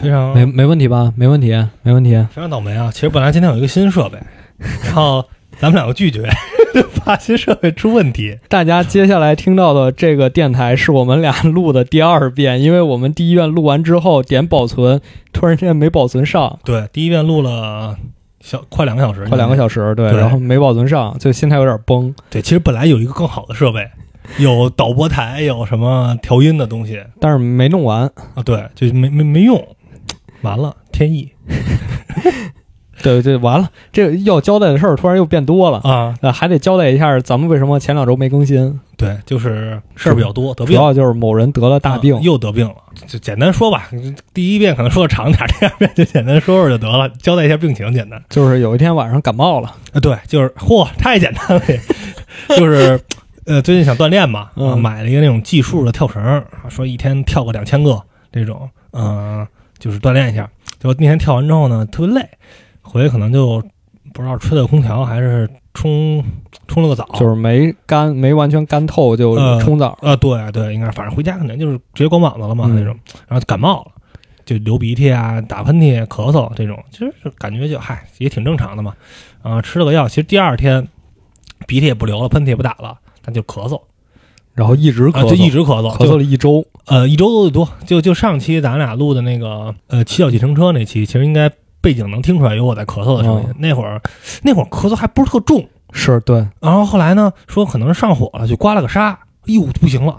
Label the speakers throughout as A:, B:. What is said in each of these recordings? A: 非常
B: 没没问题吧？没问题，没问题。
A: 非常倒霉啊！其实本来今天有一个新设备，然后咱们两个拒绝， 怕新设备出问题。
B: 大家接下来听到的这个电台是我们俩录的第二遍，因为我们第一遍录完之后点保存，突然间没保存上，
A: 对，第一遍录了小快两个小时，
B: 快两个小时，对，
A: 对
B: 然后没保存上，就心态有点崩。
A: 对，其实本来有一个更好的设备，有导播台，有什么调音的东西
B: 但是没弄完，
A: 啊，对，就没没没用，完了，天意
B: 对对，完了，这要交代的事儿突然又变多了，
A: 啊，
B: 那还得交代一下咱们为什么前两周没更新，
A: 对，就是事儿比较多，得
B: 主
A: 病。
B: 要就是某人得了大病
A: 啊，又得病了，就简单说吧。第一遍可能说的长点儿，第二遍就简单说说就得了，交代一下病情，简单。
B: 就是有一天晚上感冒了，
A: 啊，对，就是嚯，太简单了，就是呃，最近想锻炼嘛，
B: 嗯
A: 啊买了一个那种计数的跳绳儿，啊说一天跳个两千个这种，嗯、就是锻炼一下。结果那天跳完之后呢，特别累，回去可能就不知道吹的空调还是冲冲了个澡，
B: 就是没干没完全干透就
A: 呃
B: 冲澡，
A: 啊，对对，应该是反正回家可能就是直接光膀子了嘛、
B: 嗯
A: 那种，然后就感冒了，就流鼻涕啊、打喷嚏、咳嗽这种，其实是感觉就嗨也挺正常的嘛。啊、吃了个药，其实第二天鼻涕也不流了，喷嚏也不打了，但就咳嗽，
B: 然后一直
A: 啊
B: 咳
A: 就
B: 嗽，
A: 一直咳嗽，
B: 咳嗽
A: 就
B: 了一周，
A: 呃一周多，就就上期咱俩录的那个呃骑小计程车那期，其实应该背景能听出来有我在咳嗽的声音。
B: 嗯
A: 那会儿那会儿咳嗽还不是特重，
B: 是对，
A: 然后后来呢，说可能是上火了，就刮了个痧，哎呦不行了，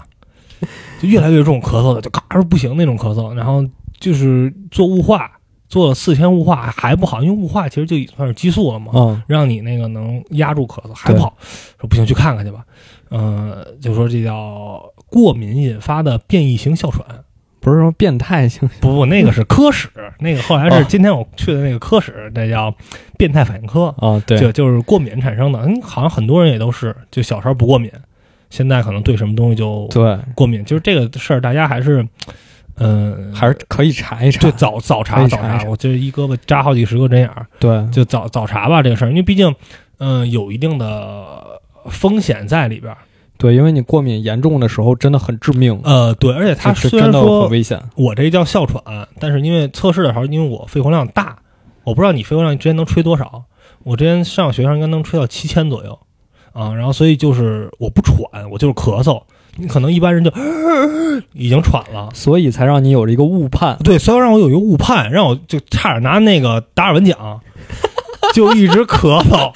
A: 就越来越重咳嗽了，就嘎着不行那种咳嗽。然后就是做雾化，做了四天雾化还不好，因为雾化其实就已经算是激素了嘛，
B: 嗯，
A: 让你那个能压住咳嗽，还不好。说不行，去看看去吧。呃，就说这叫过敏引发的变异型哮喘，
B: 不是说变态性，
A: 不不，那个是科室，那个后来是
B: 哦
A: 今天我去的那个科室，那叫变态反应科。
B: 啊，对，
A: 就就是过敏产生的。嗯，好像很多人也都是，就小时候不过敏，现在可能对什么东西就
B: 对，
A: 过敏。就是这个事儿，大家还是，嗯、
B: 还是可以查一查，
A: 对早早
B: 可
A: 查
B: 以
A: 早
B: 查一
A: 查。
B: 查
A: 我这一胳膊扎好几十个针眼儿，
B: 对
A: 就早早查吧这个事儿，因为毕竟，嗯、有一定的风险在里边儿。
B: 对，因为你过敏严重的时候真的很致命，
A: 呃，对，而且它
B: 这这
A: 虽然
B: 真的
A: 说
B: 很危险，
A: 我这叫哮喘，但是因为测试的时候，因为我肺活量大，我不知道你肺活量之前能吹多少。我之前上学上应该能吹到七千左右啊，然后所以就是我不喘，我就是咳嗽。你可能一般人就 已经喘了。
B: 所以才让你有了一个误判，
A: 对，所以让我有一个误判，让我就差点拿那个达尔文奖，就一直咳嗽，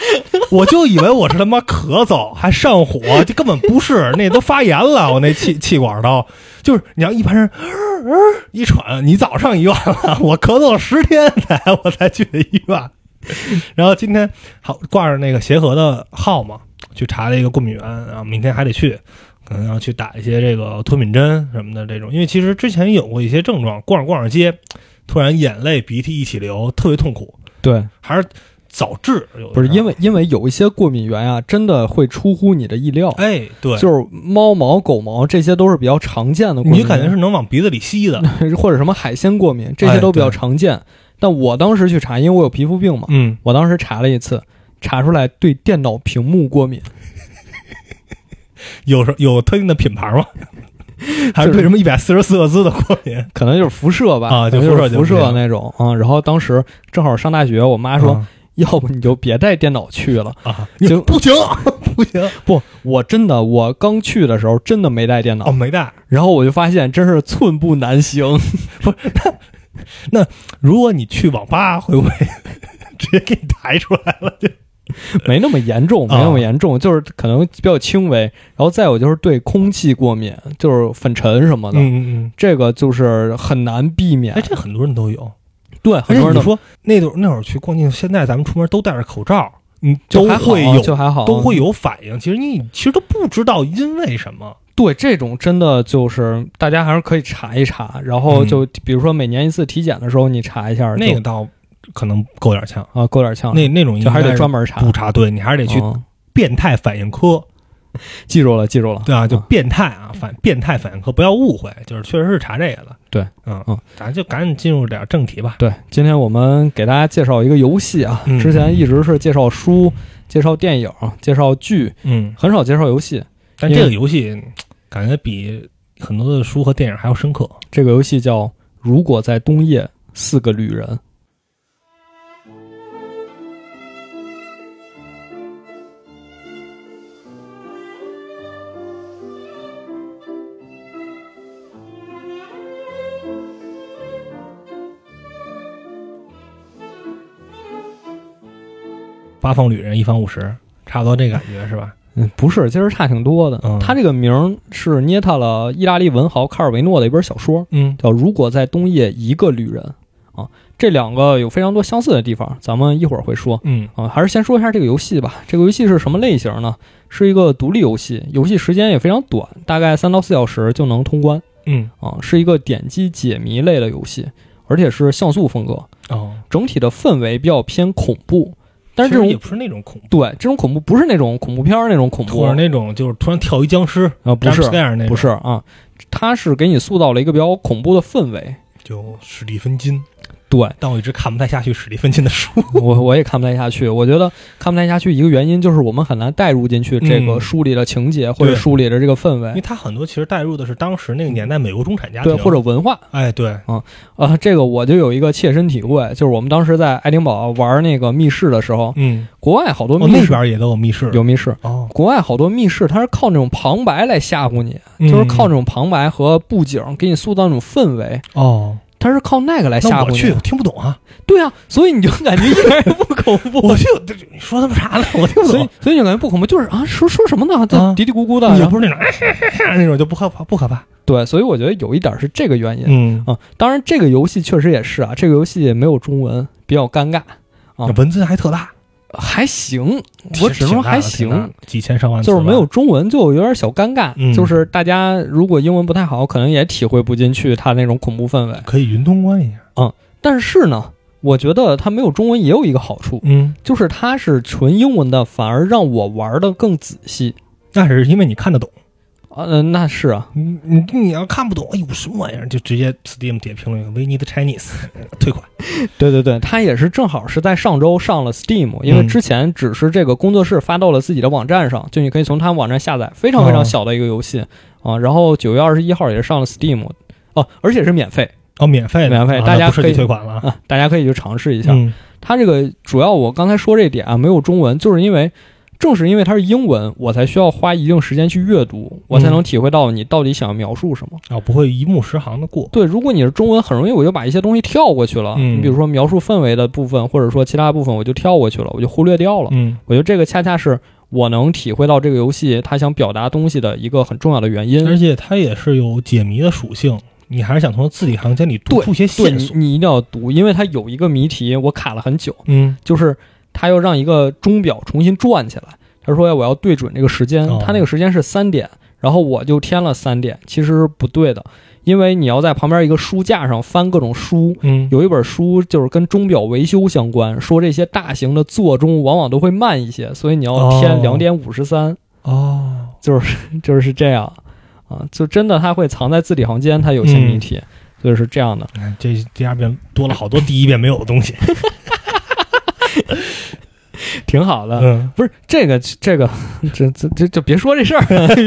A: 我就以为我是他妈咳嗽还上火，这根本不是，那都发炎了，我那气气管都就是你要一般人、一喘，你早上医院了，我咳嗽了十天才我才去的医院，然后今天好挂着那个协和的号嘛，去查了一个过敏源，然后明天还得去。可能要去打一些这个脱敏针什么的这种，因为其实之前有过一些症状，逛着逛着街，突然眼泪鼻涕一起流，特别痛苦，
B: 对，
A: 还是早治有的
B: 不是
A: 时候
B: 因为因为有一些过敏源啊，真的会出乎你的意料，
A: 哎对，
B: 就是猫毛、狗毛这些都是比较常见的过敏
A: 你
B: 源，
A: 感觉是能往鼻子里吸 的，
B: 或者什么海鲜过敏，这些都比较常见。但我当时去查，因为我有皮肤病嘛，
A: 嗯，
B: 我当时查了一次，查出来对电脑屏幕过敏，
A: 有什有特定的品牌 吗？还是对什么一百四十四个字的过敏？
B: 可能就是辐射吧，
A: 啊
B: 可
A: 就
B: 能就
A: 辐射
B: 是
A: 就
B: 辐
A: 是这
B: 射
A: 样嗯
B: 那种啊、嗯然后当时正好上大学，我妈说，要不你就别带电脑去 了。
A: 啊，你
B: 就
A: 不行不行，
B: 不，我真的，我刚去的时候真的没带电脑，
A: 哦没带。
B: 然后我就发现真是寸步难行。
A: 如果你去网吧，会 不会直接给你抬出来了？
B: 没那么严重，没
A: 啊
B: 那么严重，就是可能比较轻微。然后再有就是对空气过敏，就是粉尘什么的，
A: 嗯嗯
B: 这个就是很难避
A: 嗯，
B: 免。
A: 哎，这很多人都有。
B: 对，
A: 而
B: 很多
A: 且
B: 人
A: 你
B: 都
A: 说那会儿那会儿去逛街，现在咱们出门都戴着口罩，嗯，
B: 就
A: 都
B: 还好
A: 会有
B: 就还好，
A: 都会。有反应。其实你其实都不知道因为什么。
B: 对，这种真的就是大家还是可以查一查，然后
A: 嗯
B: 就比如说每年一次体检的时候，你查一下就
A: 那个倒可能够点呛，
B: 啊，够点呛，
A: 那那种应
B: 就
A: 该
B: 还是得专
A: 门
B: 门查
A: 不。查，对你还是得去
B: 嗯
A: 变态反应科，
B: 记住了，记住了。
A: 对啊，就变态啊，反变态反应科，不要误会，就是确实是查这个的。
B: 对，
A: 嗯
B: 嗯，
A: 咱就赶紧进入点正题吧。
B: 对，今天我们给大家介绍一个游戏啊，
A: 嗯
B: 之前一直是介绍书、介绍电影、介绍剧，
A: 嗯，
B: 很少介绍游戏。
A: 但
B: 因
A: 这
B: 为
A: 个游戏感觉比很多的书和电影还要深刻。
B: 这个游戏叫《如果在冬夜四个旅人。
A: 八方旅人一方五十，差不多这感觉是吧？
B: 嗯，不是，其实差挺多的。
A: 嗯
B: 他这个名儿是捏他了意大利文豪卡尔维诺的一本小说，
A: 嗯
B: 叫《如果在冬夜一个旅人》啊。这两个有非常多相似的地方，咱们一会儿会说。
A: 嗯
B: 啊，还是先说一下这个游戏吧。这个游戏是什么类型呢？是一个独立游戏，游戏时间也非常短，大概三到四小时就能通关
A: 嗯
B: 啊，是一个点击解谜类的游戏，而且是像素风格，
A: 哦，
B: 整体的氛围比较偏恐怖。但是这
A: 其实也
B: 种
A: 不是那种恐怖，
B: 对这种恐怖不是那种恐怖片儿那种恐怖
A: 或者那种就是突然跳一僵尸，
B: 啊，不是
A: 这样那种，
B: 不是啊，它是给你塑造了一个比较恐怖的氛围。
A: 就史蒂芬金，
B: 对
A: 但我一直看不太下去史蒂芬金的书。
B: 我我也看不太下去，我觉得看不太下去一个原因就是我们很难带入进去这个
A: 嗯
B: 书里的情节或者
A: 对
B: 书里的这个氛围
A: 因为。他很多其实带入的是当时那个年代美国中产家庭，
B: 哎对，或者文化
A: 哎对，
B: 啊、这个我就有一个切身体会，就是我们当时在爱丁堡玩那个密室的时候，
A: 嗯，
B: 国外好多
A: 哦
B: 密
A: 那
B: 室、
A: 边也都有密室，
B: 有密室，
A: 哦，
B: 国外好多密室它是靠那种旁白来吓唬你，就是靠
A: 着
B: 那种旁白和布景给你塑造那种氛围，
A: 哦，
B: 它是靠那个来吓
A: 那我
B: 唬
A: 去，
B: 你
A: 我
B: 的。
A: 听不懂 啊，
B: 对啊，所以你就感觉一点儿也不恐怖。
A: 我去，你说他们啥呢？ 我听不
B: 所以
A: 懂，，
B: 所以你感觉不恐怖，就是啊，说说什么呢？
A: 啊
B: 这嘀嘀咕咕的，
A: 也
B: 然后
A: 不是那种哎嘿嘿嘿 那种就不 可怕，不可怕，
B: 对，所以我觉得有一点儿是这个原因。
A: 嗯，
B: 啊，当然，这个游戏确实也是啊，这个游戏没有中文，比较尴尬，啊
A: 文字还特大，
B: 还行，我只
A: 挺挺
B: 能
A: 大的
B: 说还
A: 挺大
B: 行
A: 的，几千上万字
B: 就是没有
A: 吧，
B: 中文就有点小尴尬，
A: 嗯
B: 就是大家如果英文不太好，可能也体会不进去它那种恐怖氛围。
A: 可以云通关一下，
B: 但是呢，我觉得它没有中文也有一个好处，
A: 嗯，
B: 就是它是纯英文的，反而让我玩的更仔细。
A: 那是因为你看得懂。
B: 啊，呃那是啊，
A: 你你你要看不懂，哎呦什么玩意儿，就直接 Steam 底下评论一个 “We need Chinese” 退款。
B: 对对对，它也是正好是在上周上了 Steam，因为
A: 嗯
B: 之前只是这个工作室发到了自己的网站上，就你可以从他们网站下载，非常非常
A: 哦
B: 小的一个游戏、
A: 嗯
B: 啊。然后九月二十一号也是上了 Steam，哦、而且是免费
A: 哦，免费的，
B: 免费
A: 啊
B: 大家
A: 那不是
B: 可以
A: 你退款了啊。
B: 啊，大家可以去尝试一下。
A: 嗯
B: 它这个主要我刚才说这点啊，没有中文，就是因为正是因为它是英文，我才需要花一定时间去阅读，我才能体会到你到底想要描述什么。
A: 啊，不会一目十行的过。
B: 对，如果你是中文，很容易我就把一些东西跳过去了。
A: 嗯
B: 你比如说描述氛围的部分，或者说其他部分，我就跳过去了，我就忽略掉了。
A: 嗯
B: 我觉得这个恰恰是我能体会到这个游戏它想表达东西的一个很重要的原因。
A: 嗯而且它也是有解谜的属性，你还是想从字里行间里读出些
B: 对
A: 线
B: 你
A: 索。
B: 你一定要读，因为它有一个谜题，我卡了很久，
A: 嗯，
B: 就是它要让一个钟表重新转起来。他说哎我要对准这个时间
A: 哦，
B: 他那个时间是三点，然后我就添了三点，其实是不对的，因为你要在旁边一个书架上翻各种书，
A: 嗯，
B: 有一本书就是跟钟表维修相关，说这些大型的座钟往往都会慢一些，所以你要添
A: 哦
B: 两点五十三，
A: 哦，
B: 就是 就是这样啊，就真的它会藏在字里行间，它有些
A: 嗯
B: 谜题，所以是这样的。
A: 哎这第二遍多了好多第一遍没有的东西。
B: 挺好的。
A: 嗯，
B: 不是这个这个，这这这就别说这事儿了， 就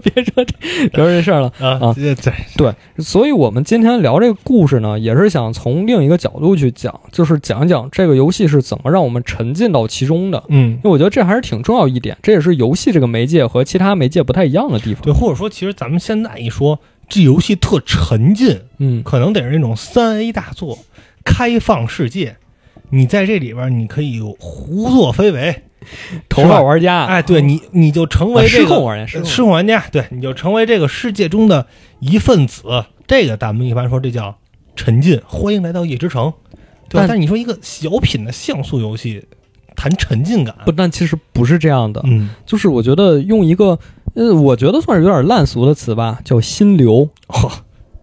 B: 别说这别说这事儿了。
A: 啊，这这
B: 对，所以我们今天聊这个故事呢，也是想从另一个角度去讲，就是讲讲这个游戏是怎么让我们沉浸到其中的。
A: 嗯
B: 因。为我觉得这还是挺重要一点，这也是游戏这个媒介和其他媒介不太一样的地方。
A: 对，或者说，其实咱们现在一说这游戏特沉浸，
B: 嗯，
A: 可能得是那种三 A 大作，开放世界。你在这里边儿，你可以有胡作非为，
B: 头号
A: 是吧
B: 玩家，
A: 哎，对你，你就成
B: 啊，
A: 为这
B: 失
A: 个呃
B: 控玩家，失控玩家
A: 失控玩家，对，你就成为这个世界中的一份子。这个咱们一般说这叫沉浸。欢迎来到夜之城，对吧？
B: 但
A: 但你说一个小品的像素游戏，谈沉浸感，
B: 不，但其实不是这样的，
A: 嗯，
B: 就是我觉得用一个，呃，我觉得算是有点烂俗的词吧，叫心流，
A: 哦，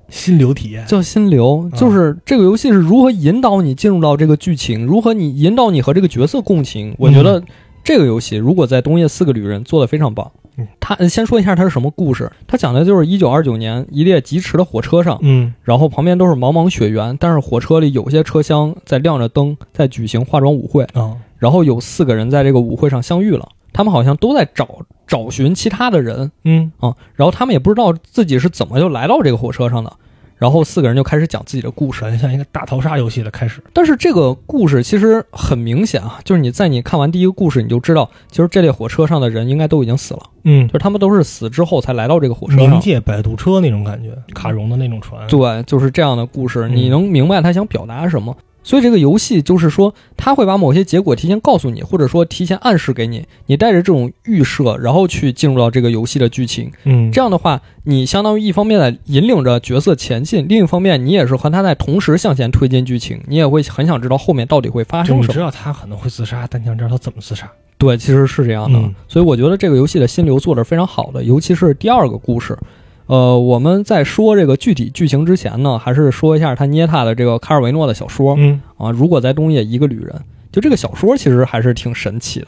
A: 心流体验，
B: 叫心流，
A: 嗯
B: 就是这个游戏是如何引导你进入到这个剧情，如何你引导你和这个角色共情。我觉得这个游戏如果在《冬夜四个旅人》做的非常棒
A: 嗯。
B: 他呃先说一下它是什么故事，它讲的就是一九二九年一列疾驰的火车上，
A: 嗯
B: 然后旁边都是茫茫雪原，但是火车里有些车厢在亮着灯，在举行化妆舞会，
A: 哦，
B: 然后有四个人在这个舞会上相遇了，他们好像都在找找寻其他的人
A: 嗯
B: 啊、然后他们也不知道自己是怎么就来到这个火车上的，然后四个人就开始讲自己的故事。
A: 闪现像一个大逃杀游戏的开始，
B: 但是这个故事其实很明显啊，就是你在你看完第一个故事，你就知道，其实这列火车上的人应该都已经死了，
A: 嗯
B: 就，是他们都是死之后才来到这个火车
A: 冥
B: 上。
A: 界摆渡车那种感觉，卡戎的那种船，
B: 对，就是这样的故事，
A: 嗯
B: 你能明白他想表达什么。所以这个游戏就是说，他会把某些结果提前告诉你，或者说提前暗示给你，你带着这种预设，然后去进入到这个游戏的剧情。
A: 嗯，
B: 这样的话，你相当于一方面在引领着角色前进，另一方面你也是和他在同时向前推进剧情，你也会很想知道后面到底会发
A: 就
B: 生
A: 你
B: 什
A: 知
B: 么。
A: 道他可能会自杀，但你想知道他怎么自杀，
B: 对，其实是这样的。
A: 嗯
B: 所以我觉得这个游戏的心流做得非常好的，尤其是第二个故事。呃，我们在说这个具体剧情之前呢，还是说一下他捏他的这个卡尔维诺的小说
A: 嗯
B: 啊。如果在冬夜一个旅人，就这个小说其实还是挺神奇的，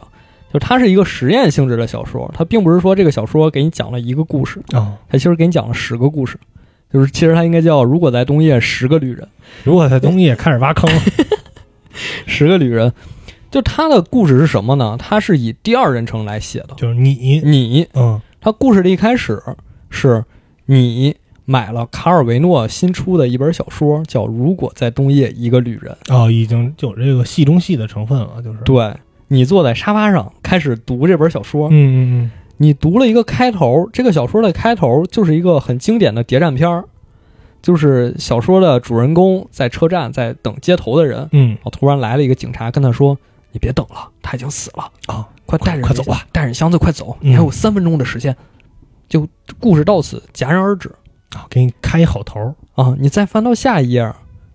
B: 就它是一个实验性质的小说，它并不是说这个小说给你讲了一个故事，
A: 啊，
B: 他其实给你讲了十个故事，就是其实他应该叫《如果在冬夜十个旅人》，
A: 如果在冬夜开始挖坑，
B: 十个旅人。就他的故事是什么呢？他是以第二人称来写的。
A: 就是 你，
B: 你，
A: 嗯
B: 他故事的一开始是你买了卡尔维诺新出的一本小说，叫《如果在冬夜一个旅人》。
A: 哦，已经就有这个戏中戏的成分了，就是，
B: 对你坐在沙发上开始读这本小说，
A: 嗯嗯
B: 你读了一个开头，这个小说的开头就是一个很经典的谍战片儿，就是小说的主人公在车站在等接头的人，
A: 嗯
B: 哦，突然来了一个警察，跟他说：“你别等了，他已经死了，
A: 嗯，啊，
B: 快带着
A: 快
B: 你
A: 走吧，
B: 带着你箱子快走，
A: 嗯
B: 你还有三分钟的时间。就故事到此戛然而止
A: 啊，给你开一好头儿，
B: 啊！你再翻到下一页，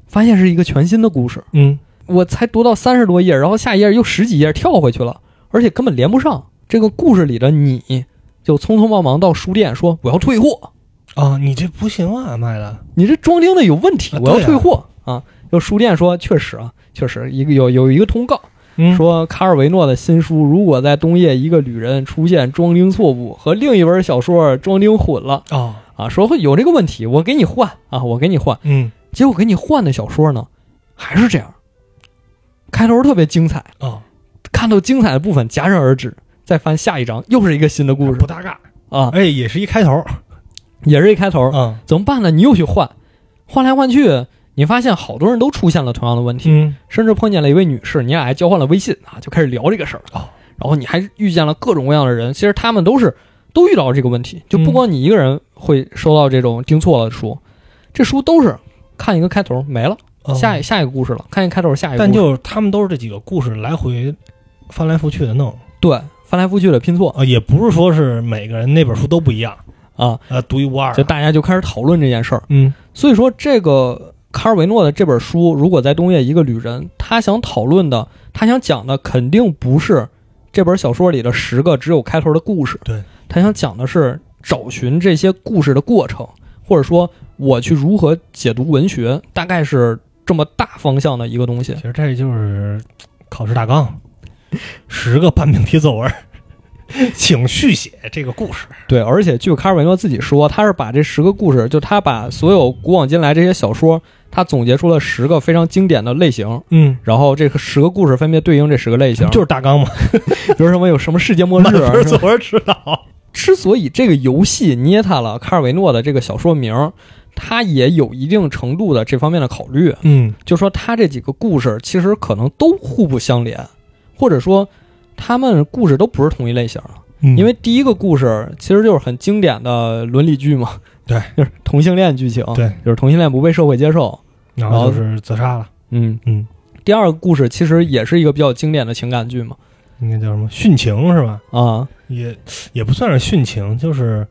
B: 发现是一个全新的故事。
A: 嗯，
B: 我才读到三十多页，然后下一页又十几页跳回去了，而且根本连不上。这个故事里的你，就匆匆忙忙到书店说：“我要退货，
A: 啊，你这不行啊，卖的，
B: 你这装订的有问题
A: 啊，
B: 我
A: 对
B: 要
A: 啊
B: 退货啊！”就书店说：“确实啊，确实一个有有一个通告。”
A: 嗯，
B: 说卡尔维诺的新书如果在冬夜一个旅人出现装订错误和另一本小说装订混了
A: 哦，
B: 啊，说会有这个问题，我给你换啊，我给你换。
A: 嗯
B: 结果给你换的小说呢，还是这样，开头特别精彩，
A: 哦，
B: 看到精彩的部分戛然而止，再翻下一章又是一个新的故事
A: 不搭嘎，
B: 啊，
A: 哎，也是一开头儿，
B: 也是一开头，
A: 啊，
B: 怎么办呢？你又去换，换来换去，你发现好多人都出现了同样的问题，
A: 嗯，
B: 甚至碰见了一位女士，你俩还交换了微信啊，就开始聊这个事儿
A: 哦。
B: 然后你还遇见了各种各样的人，其实他们都是都遇到这个问题，就不
A: 嗯
B: 光你一个人会收到这种订错了的书，这书都是看一个开头没了，
A: 哦
B: 下一下一个故事了，看一个开头下一个故
A: 但
B: 事，
A: 就是他们都是这几个故事来回翻来覆去的弄
B: 对翻来覆去的拼错
A: 啊，也不是说是每个人那本书都不一样，
B: 啊，
A: 呃，独一无二
B: 就，大家就开始讨论这件事儿。
A: 嗯
B: 所以说，这个卡尔维诺的这本书，如果在冬夜一个旅人，他想讨论的，他想讲的，肯定不是这本小说里的十个只有开头的故事。
A: 对，
B: 他想讲的是找寻这些故事的过程，或者说我去如何解读文学，大概是这么大方向的一个东西
A: 其。实这就是考试大纲，十个半命题作文，请续写这个故事。
B: 对，而且据卡尔维诺自己说，他是把这十个故事，就他把所有古往今来这些小说，他总结出了十个非常经典的类型。
A: 嗯，
B: 然后这个十个故事分别对应这十个类型，
A: 就是啊大纲嘛，
B: 比如什么有什么世界末
A: 满
B: 日啊
A: 分
B: 是
A: 作
B: 吧？
A: 文指导。
B: 之所以这个游戏捏它了卡尔维诺的这个小说名，它也有一定程度的这方面的考虑，
A: 嗯
B: 就说它这几个故事其实可能都互不相连，或者说他们故事都不是同一类型的。
A: 嗯
B: 因为第一个故事其实就是很经典的伦理剧嘛，
A: 对，
B: 就是同性恋剧情，
A: 对，
B: 就是同性恋不被社会接受，
A: 然后就是自杀了，
B: 嗯
A: 嗯。
B: 第二个故事其实也是一个比较经典的情感剧嘛，
A: 那叫什么殉情是吧？
B: 啊，
A: 也也不算是殉情，就是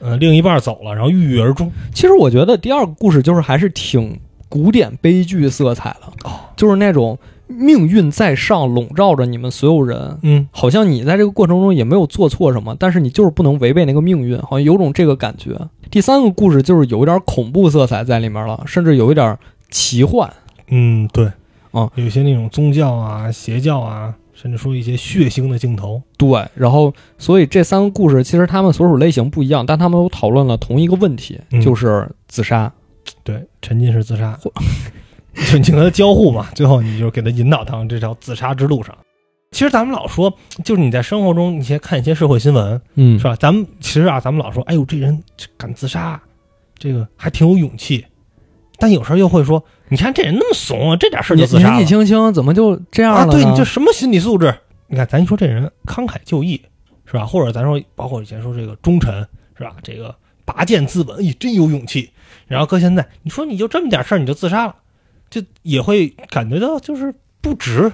A: 呃，另一半走了，然后郁郁而终。
B: 其实我觉得第二个故事就是还是挺古典悲剧色彩的，
A: 哦
B: 就是那种命运在上笼罩着你们所有人，
A: 嗯
B: 好像你在这个过程中也没有做错什么，但是你就是不能违背那个命运，好像有种这个感觉。第三个故事就是有一点恐怖色彩在里面了，甚至有一点奇幻。
A: 嗯，对，
B: 哦，
A: 有些那种宗教啊、邪教啊，甚至说一些血腥的镜头。
B: 对，然后所以这三个故事其实他们所属类型不一样，但他们都讨论了同一个问题，
A: 嗯
B: 就是自杀。
A: 对，沉浸式自杀，就你跟他交互嘛，最后你就给他引导到这条自杀之路上。其实咱们老说，就是你在生活中，你先看一些社会新闻，
B: 嗯
A: 是吧？咱们其实啊，咱们老说，哎呦，这人这敢自杀，这个还挺有勇气。但有时候又会说，你看这人那么怂啊，这点事儿
B: 年
A: 就自杀
B: 年
A: 了
B: 纪轻轻怎么就这样了
A: 啊！
B: 呢？
A: 对，你这什么心理素质？你看，咱一说这人慷慨就义是吧？或者咱说，包括以前说这个忠臣是吧？这个拔剑自刎，咦，真有勇气。然后搁现在，你说你就这么点事儿你就自杀了，就也会感觉到就是不值。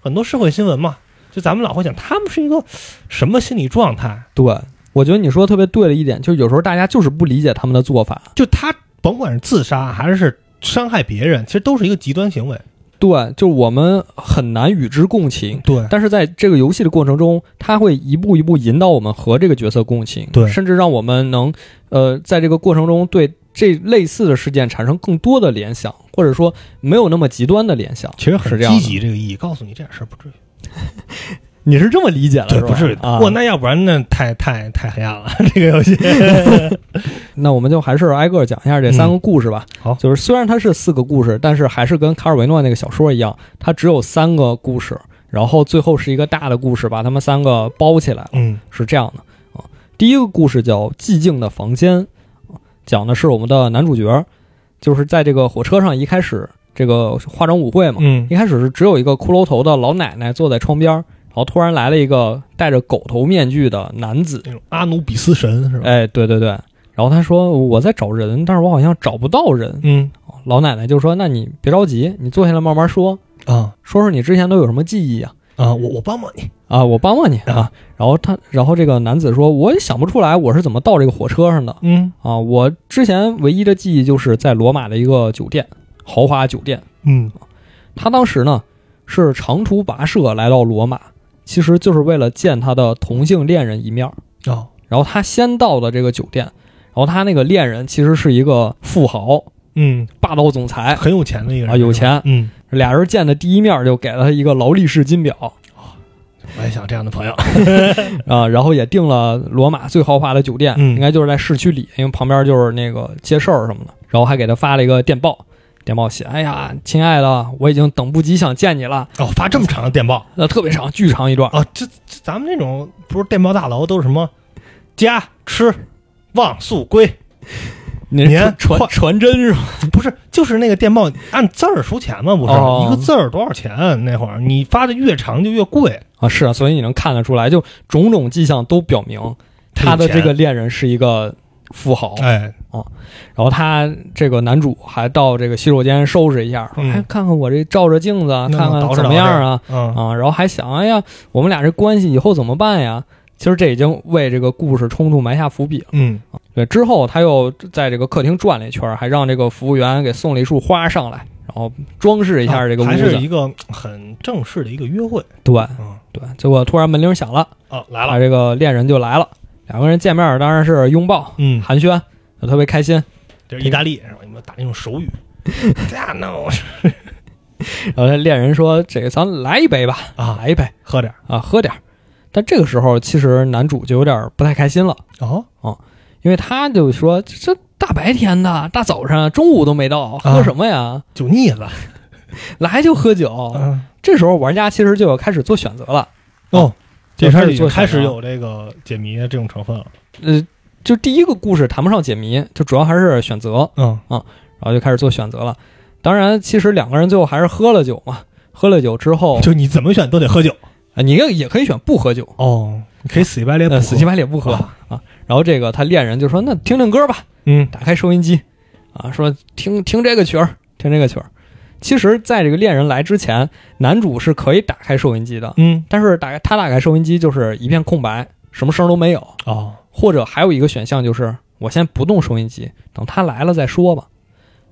A: 很多社会新闻嘛，就咱们老会讲他们是一个什么心理状态，
B: 对，我觉得你说的特别对的一点，就是有时候大家就是不理解他们的做法。
A: 就他甭管是自杀还是伤害别人，其实都是一个极端行为。
B: 对，就是我们很难与之共情。
A: 对
B: 但是在这个游戏的过程中，他会一步一步引导我们和这个角色共情，
A: 对
B: 甚至让我们能，呃，在这个过程中对这类似的事件产生更多的联想，或者说没有那么极端的联想。
A: 其实
B: 是
A: 很
B: 这样的
A: 积极这个意义，告诉你这点事儿不至于。
B: 你是这么理解了，
A: 对，
B: 是吧
A: 不至于的。
B: 啊。
A: 哇，那要不然那太太太黑暗了， 这个游戏。
B: 那我们就还是挨个儿讲一下这三个故事吧。
A: 嗯好
B: 就是虽然它是四个故事，但是还是跟卡尔维诺那个小说一样，它只有三个故事，然后最后是一个大的故事，把他们三个包起来了，
A: 嗯
B: 是这样的啊。第一个故事叫《寂静的房间》，啊讲的是我们的男主角，就是在这个火车上一开始这个化妆舞会嘛，
A: 嗯
B: 一开始是只有一个骷髅头的老奶奶坐在窗边儿，然后突然来了一个戴着狗头面具的男子，
A: 那种阿努比斯神是吧？
B: 哎，对对对。然后他说我在找人，但是我好像找不到人。
A: 嗯
B: 老奶奶就说：“那你别着急，你坐下来慢慢说，
A: 啊
B: 说说你之前都有什么记忆啊？
A: 啊，我我帮帮你。
B: 啊，我帮帮你啊。”然后他，然后这个男子说：“我也想不出来我是怎么到这个火车上的
A: 嗯
B: 啊。我之前唯一的记忆就是在罗马的一个酒店，豪华酒店。
A: 嗯
B: 他当时呢是长途跋涉来到罗马，其实就是为了见他的同性恋人一面。”
A: 哦
B: 然后他先到的这个酒店，然后他那个恋人其实是一个富豪、
A: 嗯，
B: 霸道总裁，
A: 很有钱的一个人
B: 啊有
A: 是吧
B: 钱
A: 嗯，
B: 俩人见的第一面就给了他一个劳力士金表
A: 我也想这样的朋友。
B: 啊，然后也订了罗马最豪华的酒店，
A: 嗯
B: 应该就是在市区里，因为旁边就是那个街市儿什么的。然后还给他发了一个电报，电报写：“哎呀，亲爱的，我已经等不及想见你了。
A: 哦，发这么长的电报”
B: 那特别长，巨长一段。
A: 啊，这这咱们这种不是电报大楼都是什么家吃望速归，
B: 你
A: 您
B: 传传
A: 换
B: 传真是吧？
A: 不是就是那个电报按字儿收钱吗？不是、
B: 哦
A: 一个字儿多少钱？那会儿你发的越长就越贵。
B: 啊，是啊，所以你能看得出来，就种种迹象都表明他的这个恋人是一个富豪。
A: 哎，
B: 然后他这个男主还到这个洗手间收拾一下，说：“
A: 嗯
B: 哎，看看我这照着镜子啊，
A: 那
B: 看
A: 能捯
B: 看
A: 饬
B: 怎么
A: 捯饬
B: 样啊
A: 嗯
B: 啊。”然后还想：“哎呀，我们俩这关系以后怎么办呀？”其实这已经为这个故事冲突埋下伏笔了。
A: 嗯
B: 对，之后他又在这个客厅转了一圈，还让这个服务员给送了一束花上来，然后装饰一下这个屋
A: 啊还
B: 子
A: 是。一个很正式的一个约会。
B: 对
A: 嗯，
B: 对，结果突然门铃响了，
A: 哦，来了
B: 啊，。这个恋人就来了，两个人见面当然是拥抱
A: 嗯，
B: 寒暄，就特别开心。
A: 就是意大利，然后你们打那种 手语，这样弄
B: 然后这恋人说：“这个咱来一杯吧，
A: 啊，
B: 来一杯。”
A: 喝点儿
B: 啊，喝点儿。但这个时候，其实男主就有点不太开心了，
A: 哦，
B: 因为他就说：“这大白天的，大早上，中午都没到，
A: 啊
B: 喝什么呀？
A: 酒腻子，
B: 来就喝酒。
A: 嗯，”
B: 这时候，玩家其实就要开始做选择了。
A: 哦，这
B: 就
A: 开
B: 做
A: 始
B: 选择
A: 开始有这个解谜这种成分了，
B: 呃，就第一个故事谈不上解谜，就主要还是选择，
A: 嗯
B: 然后就开始做选择了。当然，其实两个人最后还是喝了酒嘛。喝了酒之后，
A: 哦就你怎么选都得喝酒，
B: 啊你也也可以选不喝酒，
A: 哦，你可以死乞白赖不
B: 呃，
A: 喝，
B: 死乞白赖不喝
A: 啊
B: 啊。然后这个他恋人就说：“那听听歌吧。”
A: 嗯
B: 打开收音机，啊，说听听这个曲儿，听这个曲儿。其实，在这个恋人来之前，男主是可以打开收音机的，
A: 嗯，
B: 但是打开他打开收音机就是一片空白，什么声儿都没有。
A: 哦，
B: 或者还有一个选项就是，我先不动收音机，等他来了再说吧。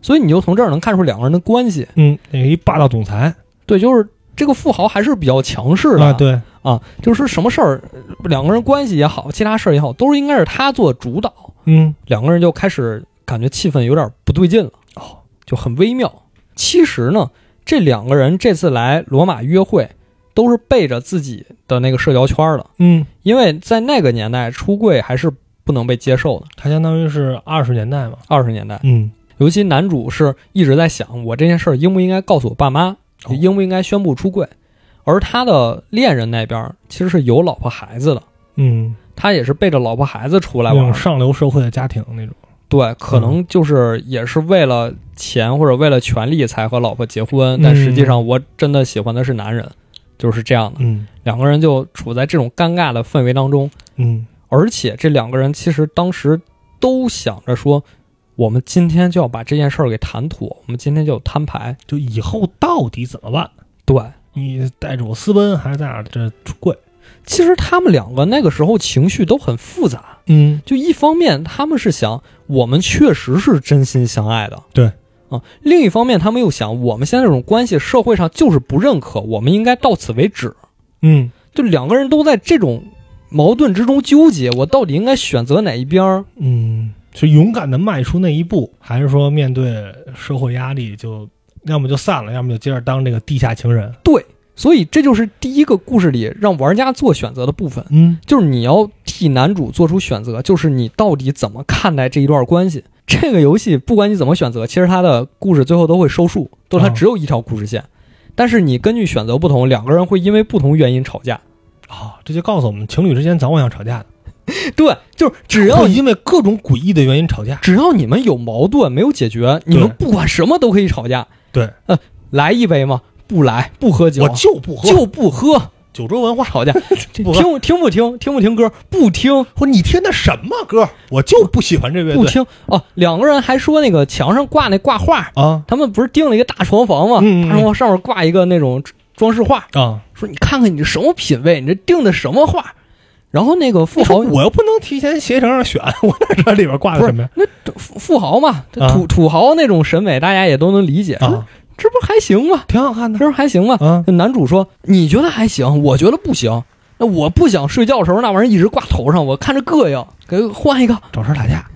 B: 所以你就从这儿能看出两个人的关系，
A: 嗯，那个一霸道总裁
B: 对，就是这个富豪还是比较强势的，
A: 啊，对，
B: 啊，就是什么事儿，呃两个人关系也好，其他事儿也好，都是应该是他做主导。
A: 嗯，
B: 两个人就开始感觉气氛有点不对劲了，哦，就很微妙。其实呢，这两个人这次来罗马约会，都是背着自己的那个社交圈的，
A: 嗯，
B: 因为在那个年代出柜还是不能被接受的。
A: 它相当于是二十年代嘛，
B: 二十年代，
A: 嗯，
B: 尤其男主是一直在想，我这件事儿应不应该告诉我爸妈，
A: 哦
B: 应不应该宣布出柜，而他的恋人那边其实是有老婆孩子的。
A: 嗯，
B: 他也是背着老婆孩子出来
A: 那
B: 玩
A: 种
B: 儿，
A: 上流社会的家庭那种，
B: 对，可能就是也是为了钱或者为了权利才和老婆结婚，
A: 嗯
B: 但实际上我真的喜欢的是男人，就是这样的。
A: 嗯
B: 两个人就处在这种尴尬的氛围当中，
A: 嗯
B: 而且这两个人其实当时都想着说，我们今天就要把这件事儿给谈妥，我们今天就摊牌。
A: 就以后到底怎么办？
B: 对，
A: 你带着我私奔，还是在哪儿这出柜？
B: 其实他们两个那个时候情绪都很复杂，
A: 嗯
B: 就一方面他们是想我们确实是真心相爱的，
A: 对
B: 啊，另一方面他们又想我们现在这种关系社会上就是不认可，我们应该到此为止。
A: 嗯
B: 就两个人都在这种矛盾之中纠结，我到底应该选择哪一边儿？
A: 嗯，是勇敢的迈出那一步，还是说面对社会压力就要么就散了，要么就接着当这个地下情人？
B: 对，所以这就是第一个故事里让玩家做选择的部分，
A: 嗯
B: 就是你要替男主做出选择，就是你到底怎么看待这一段关系。这个游戏不管你怎么选择，其实它的故事最后都会收束，都是它
A: 哦
B: 只有一条故事线。但是你根据选择不同，两个人会因为不同原因吵架。
A: 啊、这就告诉我们，情侣之间早晚要吵架的，
B: 对，就是只要
A: 会
B: 你
A: 因为各种诡异的原因吵架。
B: 只要你们有矛盾没有解决，你们不管什么都可以吵架。
A: 对，
B: 呃，来一杯吗？不来，不喝酒，
A: 我就不喝，
B: 就不喝，
A: 九州文化，
B: 吵架。
A: 不喝
B: 听听不听？听不听歌？不听。
A: 或者你听的什么歌？我就不喜欢这乐
B: 不
A: 队
B: 听哦。两个人还说那个墙上挂那挂画，
A: 啊
B: 他们不是订了一个大床房吗？
A: 嗯嗯嗯
B: 大床房上面挂一个那种装饰画，
A: 啊！
B: 说你看看你这什么品味，你这订的什么画？然后那个富
A: 不好，
B: 豪
A: 我又不能提前携程上选，我哪知道里边挂的什么呀？
B: 富富豪嘛，这
A: 啊
B: 土土豪那种审美大家也都能理解，说
A: 啊，
B: 这不还行吗？
A: 挺好看
B: 这
A: 的
B: 不还行吗？
A: 啊
B: 那男主说你觉得还行，我觉得不行。那我不想睡觉的时候那玩意儿一直挂头上，我看着膈应，给换一个。
A: 找事儿打架，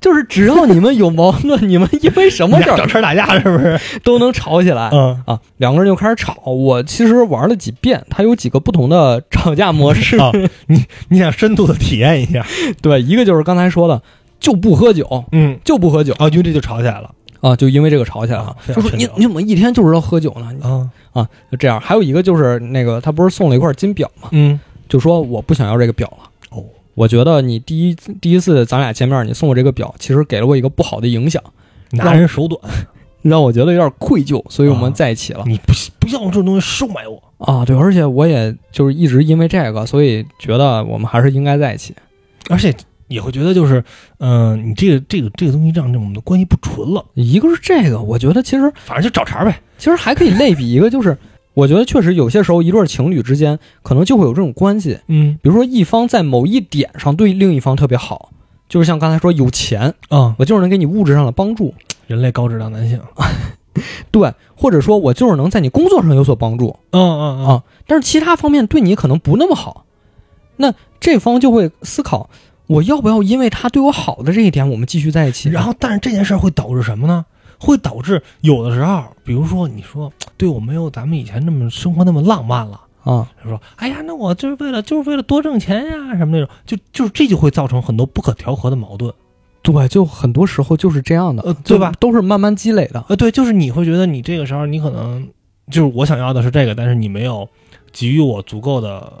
B: 就是只要你们有矛盾，你们因为什么事
A: 你俩找
B: 儿
A: 事儿打架是不是？
B: 都能吵起来。
A: 嗯
B: 啊，两个人就开始吵。我其实玩了几遍，它有几个不同的吵架模式。
A: 啊，你你想深度的体验一下？
B: 对，一个就是刚才说的，就不喝酒，
A: 嗯，
B: 就不喝酒
A: 啊，因为这就吵起来了
B: 啊，就因为这个吵起来了
A: 啊。非常
B: 就说
A: 深
B: 你
A: 聊
B: 你怎么一天就知道喝酒呢？你
A: 啊，
B: 就这样。还有一个就是那个他不是送了一块金表吗？
A: 嗯
B: 就说我不想要这个表了。
A: 哦，
B: 我觉得你第一第一次咱俩见面，你送我这个表，其实给了我一个不好的影响，
A: 男人手短，
B: 让我觉得有点愧疚，所以我们
A: 啊
B: 在一起了。
A: 你不不要用这种东西收买我。
B: 啊，对，而且我也就是一直因为这个，所以觉得我们还是应该在一起。
A: 而且也会觉得就是，嗯、你这个这个这个东西让我们的关系不纯了，
B: 一个是这个，我觉得其实
A: 反正就找茬呗。
B: 其实还可以类比一个，就是我觉得确实有些时候一对情侣之间可能就会有这种关系，
A: 嗯
B: 比如说一方在某一点上对另一方特别好，就是像刚才说有钱，
A: 啊，
B: 我就是能给你物质上的帮助，
A: 人类高质量男性。
B: 对，或者说我就是能在你工作上有所帮助
A: 嗯嗯
B: 啊，但是其他方面对你可能不那么好，那这方就会思考。我要不要因为他对我好的这一点，我们继续在一起？啊
A: 然后，但是这件事儿会导致什么呢？会导致有的时候，比如说你说对我没有咱们以前那么生活那么浪漫了，
B: 啊，
A: 他说哎呀，那我就是为了就是为了多挣钱呀什么那种，就就是这就会造成很多不可调和的矛盾。
B: 对，就很多时候就是这样的，
A: 呃
B: 就
A: 对吧
B: 都是慢慢积累的。
A: 呃，对，就是你会觉得你这个时候你可能就是我想要的是这个，但是你没有给予我足够的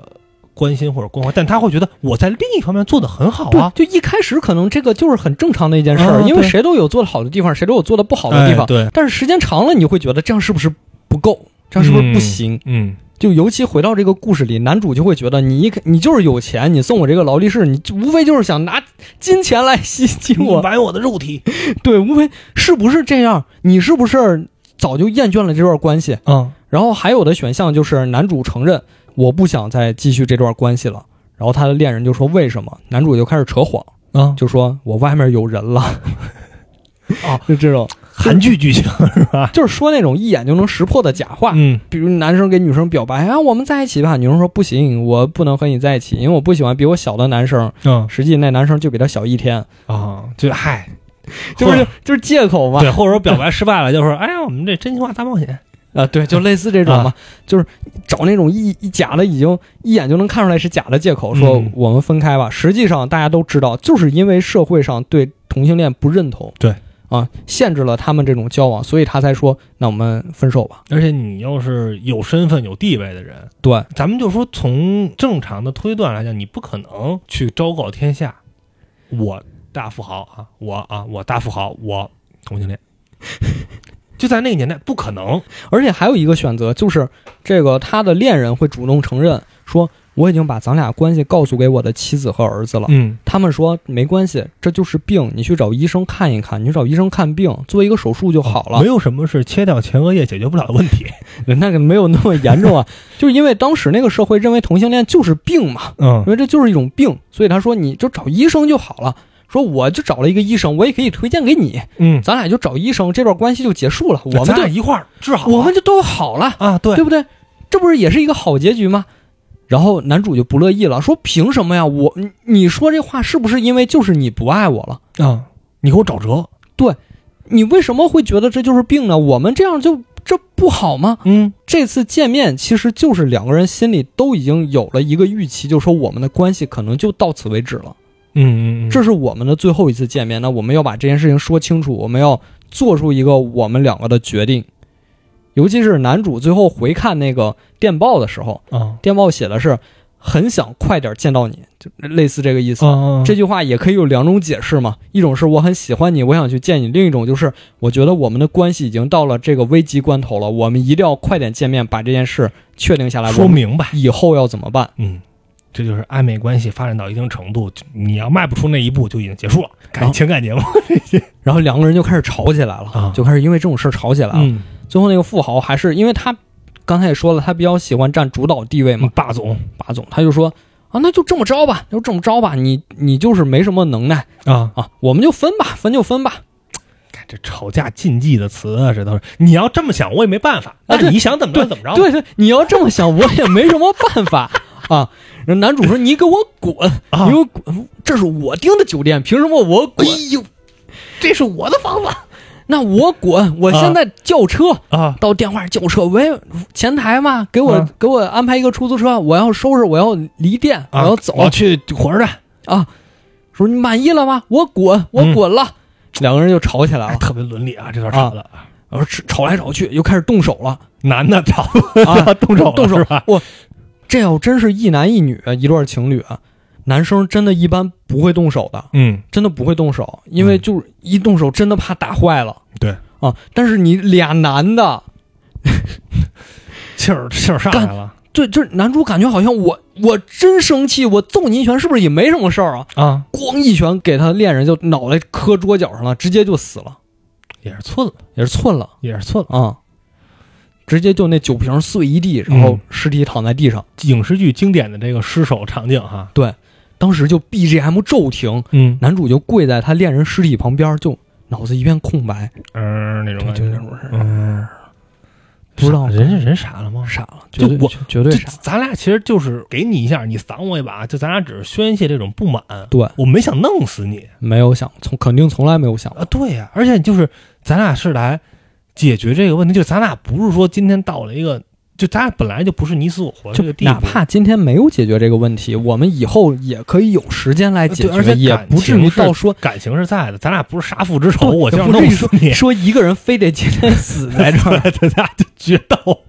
A: 关心或者关怀，但他会觉得我在另一方面做的很好啊，
B: 对，就一开始可能这个就是很正常的一件事
A: 啊
B: 儿，因为
A: 对
B: 谁都有做的好的地方，谁都有做的不好的地方。
A: 哎对，
B: 但是时间长了，你会觉得这样是不是不够？这样是不是不行？
A: 嗯，
B: 就尤其回到这个故事里，男主就会觉得你一你就是有钱，你送我这个劳力士，你就无非就是想拿金钱来吸
A: 你
B: 引我。
A: 买我的肉体，
B: 对，无非是不是这样？你是不是早就厌倦了这段关系？
A: 嗯
B: 然后还有的选项就是男主承认我不想再继续这段关系了，然后他的恋人就说为什么？男主就开始扯谎，
A: 啊，
B: 就说我外面有人了，
A: 哦，
B: 就这种，
A: 韩剧剧情是吧？
B: 就是说那种一眼就能识破的假话，
A: 嗯
B: 比如男生给女生表白啊，我们在一起吧，女生说不行，我不能和你在一起，因为我不喜欢比我小的男生，
A: 嗯
B: 实际那男生就比他小一天，
A: 啊，就嗨，
B: 就
A: 或
B: 是
A: 者
B: 就是借口嘛，
A: 对，或者说表白失败了，就说哎呀，我们这真心话大冒险，
B: 啊，对，就类似这种嘛，就是找那种一一假的，已经一眼就能看出来是假的借口，说
A: 嗯
B: 我们分开吧。实际上大家都知道，就是因为社会上对同性恋不认同，
A: 对
B: 啊，限制了他们这种交往，所以他才说那我们分手吧。
A: 而且你又是有身份有地位的人，
B: 对，
A: 咱们就说从正常的推断来讲，你不可能去昭告天下，我大富豪啊，我啊，我大富豪，我同性恋， 就在那个年代不可能。
B: 而且还有一个选择，就是这个他的恋人会主动承认说我已经把咱俩关系告诉给我的妻子和儿子了。
A: 嗯，
B: 他们说没关系，这就是病，你去找医生看一看，你去找医生看病，做一个手术就好了
A: 没。有什么是切掉前额叶解决不了的问题。
B: 那个没有那么严重 啊，就是因为当时那个社会认为同性恋就是病嘛，
A: 嗯
B: 因为这就是一种病，所以他说你就找医生就好了。说我就找了一个医生，我也可以推荐给你，
A: 嗯，
B: 咱俩就找医生，这段关系就结束了，我们
A: 咱俩
B: 就
A: 一块儿治好了，
B: 我们就都好了，
A: 啊，对
B: 对，不对？这不是也是一个好结局吗？然后男主就不乐意了，说凭什么呀？我你你说这话是不是因为就是你不爱我了？
A: 啊，你给我找辙。
B: 你为什么会觉得这就是病呢？我们这样就这不好吗？
A: 嗯
B: 这次见面其实就是两个人心里都已经有了一个预期，就说我们的关系可能就到此为止了，
A: 嗯嗯，
B: 这是我们的最后一次见面。那我们要把这件事情说清楚，我们要做出一个我们两个的决定。尤其是男主最后回看那个电报的时候，
A: 啊
B: 电报写的是很想快点见到你，就类似这个意思。
A: 啊，
B: 这句话也可以有两种解释嘛，一种是我很喜欢你，我想去见你；另一种就是我觉得我们的关系已经到了这个危急关头了，我们一定要快点见面，把这件事确定下来，
A: 说
B: 我们
A: 明白。
B: 以后要怎么办。
A: 嗯，这就是暧昧关系发展到一定程度，就你要迈不出那一步，就已经结束了。
B: 然
A: 感
B: 后
A: 情感节目，
B: 然后两个人就开始吵起来了，
A: 啊
B: 就开始因为这种事儿吵起来了。
A: 嗯，
B: 最后那个富豪还是因为他刚才也说了，他比较喜欢占主导地位嘛，
A: 霸总
B: 霸总，他就说啊，那就这么着吧，就这么着吧，你你就是没什么能耐
A: 啊，
B: 啊，我们就分吧，分就分吧。
A: 看这吵架禁忌的词啊，这都是你要这么想，我也没办法。那
B: 对
A: 你想怎么着怎么着，
B: 对对，你要这么想，我也没什么办法啊。然后男主说：“你给我滚！
A: 啊
B: 你给我滚！这是我订的酒店，凭什么我滚？
A: 哎呦，这是我的方法
B: 那我滚！我现在叫车，
A: 啊！
B: 到电话叫车。喂，前台嘛，给我、
A: 啊
B: 给我安排一个出租车，我要收拾，我要离店，
A: 啊
B: 我要走
A: 我要去火车站，
B: 啊。说你满意了吗？我滚，我
A: 嗯
B: 滚了。两个人就吵起来
A: 哎，
B: 了，
A: 特别伦理啊，这段吵的，
B: 然后吵吵来吵去，又开始动手了。”
A: 男的吵
B: 啊
A: 动手了
B: 动手
A: 是吧？
B: 我这要真是一男一女一对儿情侣啊，男生真的一般不会动手的，
A: 嗯，
B: 真的不会动手，因为就是一动手真的怕打坏了。
A: 对
B: 啊，但是你俩男的，
A: 气儿气儿上来了
B: 对，就是男主感觉好像我我真生气，我揍你一拳是不是也没什么事儿啊？
A: 啊，
B: 咣一拳给他恋人就脑袋磕桌角上了，直接就死了，
A: 也是寸了，
B: 也是寸了
A: 也是寸了。
B: 啊。直接就那酒瓶碎一地，然后
A: 嗯
B: 尸体躺在地上。
A: 影视剧经典的这个失手场景哈，
B: 当时就 BGM 骤停，
A: 嗯
B: 男主就跪在他恋人尸体旁边，就脑子一片空白，
A: 嗯，那种
B: 就
A: 感
B: 就
A: 觉
B: 那，种事，
A: 嗯，
B: 不知道
A: 人人傻了吗？
B: 傻了，
A: 就
B: 绝对
A: 我
B: 绝对
A: 这
B: 傻。
A: 咱俩其实就是给你一下，你搡我一把，就咱俩只是宣泄这种不满。
B: 对，
A: 我没想弄死你
B: 没有想从肯定从来没有想过，
A: 啊，对呀、而且就是咱俩是来解决这个问题，就咱俩不是说今天到了一个，就咱俩本来就不是你死我活这
B: 就
A: 个地步，
B: 哪怕今天没有解决这个问题，我们以后也可以有时间来解
A: 对而且
B: 决，也
A: 感
B: 不至于
A: 情是
B: 到说
A: 感情是在的，咱俩不是杀父之仇，
B: 对
A: 我就要
B: 不至
A: 弄
B: 于
A: 死你，
B: 说一个人非得今天死在这 儿，
A: 对咱俩就决斗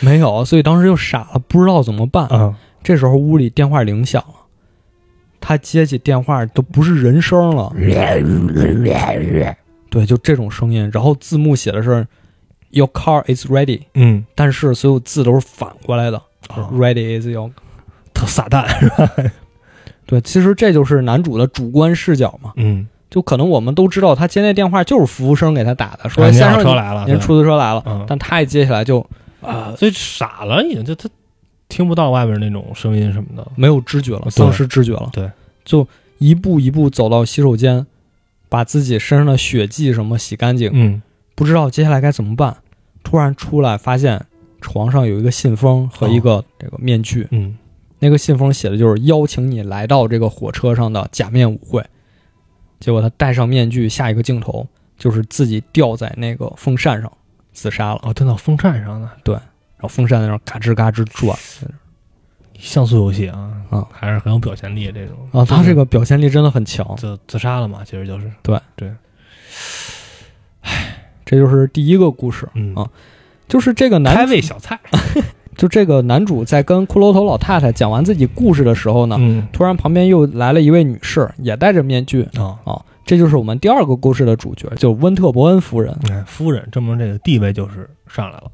B: 没有，所以当时就傻了，不知道怎么办。
A: 啊，
B: 这时候屋里电话铃响了，他接起电话都不是人声了，
A: 嗯
B: 对，就这种声音。然后字幕写的是 “Your car is ready”，
A: 嗯，
B: 但是所有字都是反过来的、
A: 啊
B: r e a d y is your”。
A: 特撒旦，
B: 对，其实这就是男主的主观视角嘛。
A: 嗯，
B: 就可能我们都知道，他接那电话就是服务生给他打的，
A: 啊
B: 说
A: 您
B: 先
A: 好
B: 生
A: 车来了，
B: 您
A: 对
B: 出租车来了。
A: 嗯
B: 但他一接起来就啊、
A: 所以傻了，你就他听不到外面那种声音什么的，
B: 没有知觉了，
A: 对
B: 丧失知觉了。
A: 对，
B: 就一步一步走到洗手间，把自己身上的血迹什么洗干净，
A: 嗯，
B: 不知道接下来该怎么办。突然出来发现床上有一个信封和一
A: 哦
B: 个这个面具，
A: 嗯，
B: 那个信封写的就是邀请你来到这个火车上的假面舞会。结果他戴上面具，下一个镜头就是自己吊在那个风扇上自杀了，
A: 哦，蹲到风扇上呢，
B: 然后风扇在那儿嘎吱嘎吱转。
A: 像素游戏啊，
B: 啊
A: 还是很有表现力这种
B: 啊，他这个表现力真的很强，
A: 自自杀了嘛，其实就是，
B: 这就是第一个故事。
A: 嗯
B: 啊就是这个男啊
A: 开胃小菜，
B: 就这个男主在跟骷髅头老太太讲完自己故事的时候呢，
A: 嗯
B: 突然旁边又来了一位女士，也戴着面具。
A: 啊，
B: 啊，这就是我们第二个故事的主角，就温特伯恩夫人。
A: 你看夫人证明这个地位就是上来了。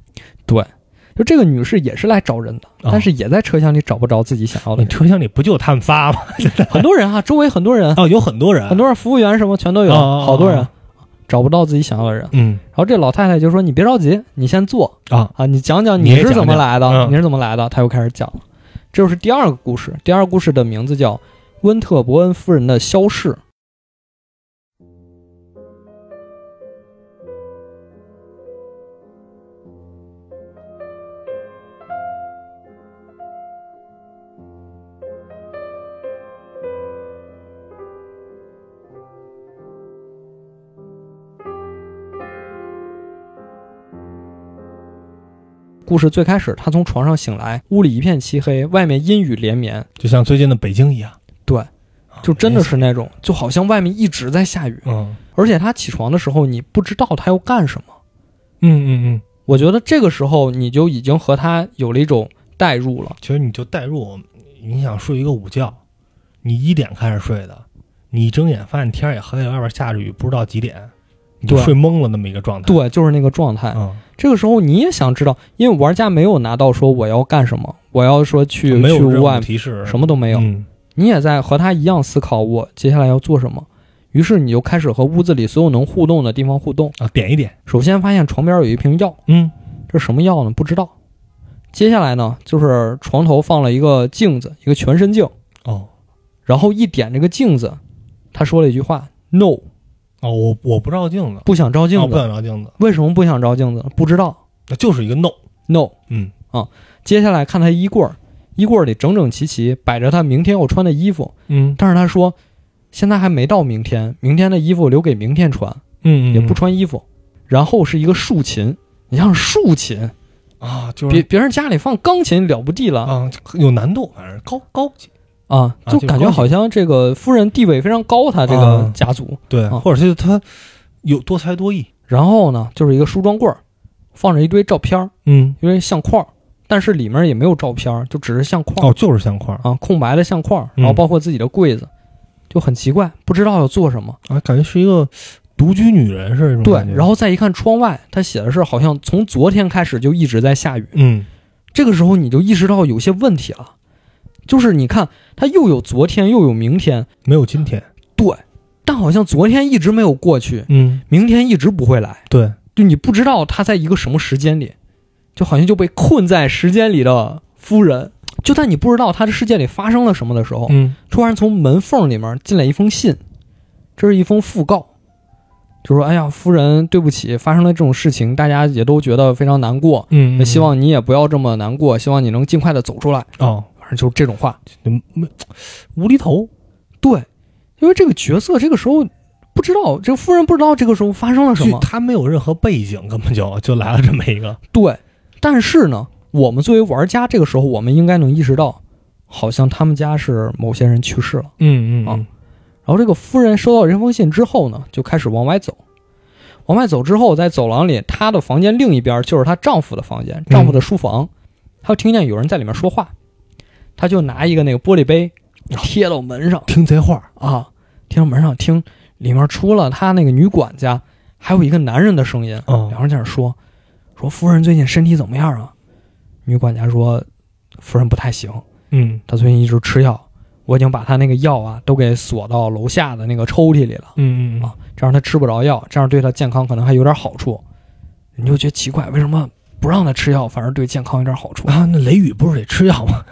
B: 就这个女士也是来找人的，
A: 啊
B: 但是也在车厢里找不着自己想要的
A: 你
B: 人。
A: 车厢里不就有他们仨吗？
B: 很多人啊，周围很多人，啊
A: 哦，有很多人，
B: 很多人服务员什么全都有，
A: 哦哦哦
B: 好多人找不到自己想要的人。
A: 嗯
B: 然后这老太太就说：“你别着急，你先坐
A: 啊，
B: 啊，你讲讲
A: 你也
B: 是
A: 讲
B: 怎么
A: 讲
B: 来的，
A: 嗯
B: 你是怎么来的。”她又开始讲了，这就是第二个故事。第二个故事的名字叫《温特伯恩夫人的消逝》。故事最开始，她从床上醒来，屋里一片漆黑，外面阴雨连绵，
A: 就像最近的北京一样，
B: 对
A: 啊，
B: 就真的是那种，就好像外面一直在下雨。
A: 嗯
B: 而且她起床的时候，你不知道她要干什么。
A: 嗯嗯嗯，
B: 我觉得这个时候你就已经和她有了一种代入了。
A: 其实你就代入，你想睡一个午觉，你一点开始睡的，你一睁眼发现天儿也黑了，外边下着雨，不知道几点，你就
B: 对
A: 睡懵了那么一个状态。，
B: 对，就是那个状态。
A: 嗯，
B: 这个时候你也想知道，因为玩家没有拿到说我要干什么，我要说去
A: 啊没有
B: 去
A: 任何
B: 屋外，
A: 提示，
B: 什么都没有。
A: 嗯
B: 你也在和他一样思考我接下来要做什么。于是你就开始和屋子里所有能互动的地方互动。
A: 啊，点一点，
B: 首先发现床边有一瓶药，
A: 嗯
B: 这什么药呢？不知道。接下来呢，就是床头放了一个镜子，一个全身镜，
A: 哦
B: 然后一点这个镜子，他说了一句话：“No，
A: 哦，我我不照镜子，
B: 不想照镜
A: 啊我不
B: 子。
A: 想照镜子，
B: 为什么不想照镜子？不知道。
A: 那就是一个 no，
B: No。
A: 嗯
B: 接下来看他衣柜儿，衣柜儿里整整齐齐摆着他明天要穿的衣服，
A: 嗯
B: 但是他说现在还没到明天，明天的衣服留给明天穿，
A: 嗯
B: 也不穿衣服。然后是一个竖琴，你像竖琴，
A: 啊，就是
B: 别别人家里放钢琴了不地了
A: 啊，有难度，反正高高级，
B: 啊，
A: 啊
B: 就
A: 就是
B: 感觉
A: 钢琴
B: 好像这个夫人地位非常高，她这个
A: 啊
B: 家族。
A: 对，
B: 啊
A: 或者是他有多才多艺，
B: 然后呢，就是一个梳妆柜儿，放着一堆照片儿，
A: 嗯，
B: 一堆相框儿，但是里面也没有照片儿，就只是相框儿。
A: 哦，就是相框
B: 啊，空白的相框，然后包括自己的柜子，就很奇怪，不知道要做什么。
A: 啊，感觉是一个独居女人似的那种
B: 对
A: 感觉，，
B: 然后再一看窗外，他写的是好像从昨天开始就一直在下雨。
A: 嗯
B: 这个时候你就意识到有些问题了，就是你看他又有昨天又有明天，
A: 没有今天，
B: 对，但好像昨天一直没有过去，
A: 嗯，
B: 明天一直不会来，
A: 对，
B: 就你不知道他在一个什么时间里，就好像就被困在时间里的夫人。就在你不知道他的世界里发生了什么的时候，
A: 嗯
B: 突然从门缝里面进来一封信，这是一封讣告，就说：“哎呀，夫人，对不起，发生了这种事情，大家也都觉得非常难过，
A: 嗯，
B: 那希望你也不要这么难过，希望你能尽快的走出来。
A: 哦，”
B: 反正就是这种话。
A: 没无厘头，
B: 对，因为这个角色这个时候不知道，这个夫人不知道这个时候发生了什
A: 就
B: 么。哦
A: 他没有任何背景，根本就就来了这么一个，
B: 对，但是呢，我们作为玩家，这个时候我们应该能意识到，好像他们家是某些人去世了。
A: 嗯
B: 啊，然后这个夫人收到这封信之后呢，就开始往外走。往外走之后，在走廊里，她的房间另一边就是她丈夫的房间，丈夫的书房。她就听见有人在里面说话，她就拿一个那个玻璃杯贴到门上
A: 听贼话，
B: 啊，贴到门上听里面除了她那个女管家，还有一个男人的声音，
A: 哦
B: 两人在那说说夫人最近身体怎么样啊？女管家说夫人不太行，
A: 嗯
B: 他最近一直吃药，我已经把他那个药啊都给锁到楼下的那个抽屉里了
A: 嗯嗯
B: 啊，这样他吃不着药，这样对他健康可能还有点好处。你就觉得奇怪，为什么不让他吃药，反而对健康有点好处？
A: 啊，那雷雨不是得吃药吗？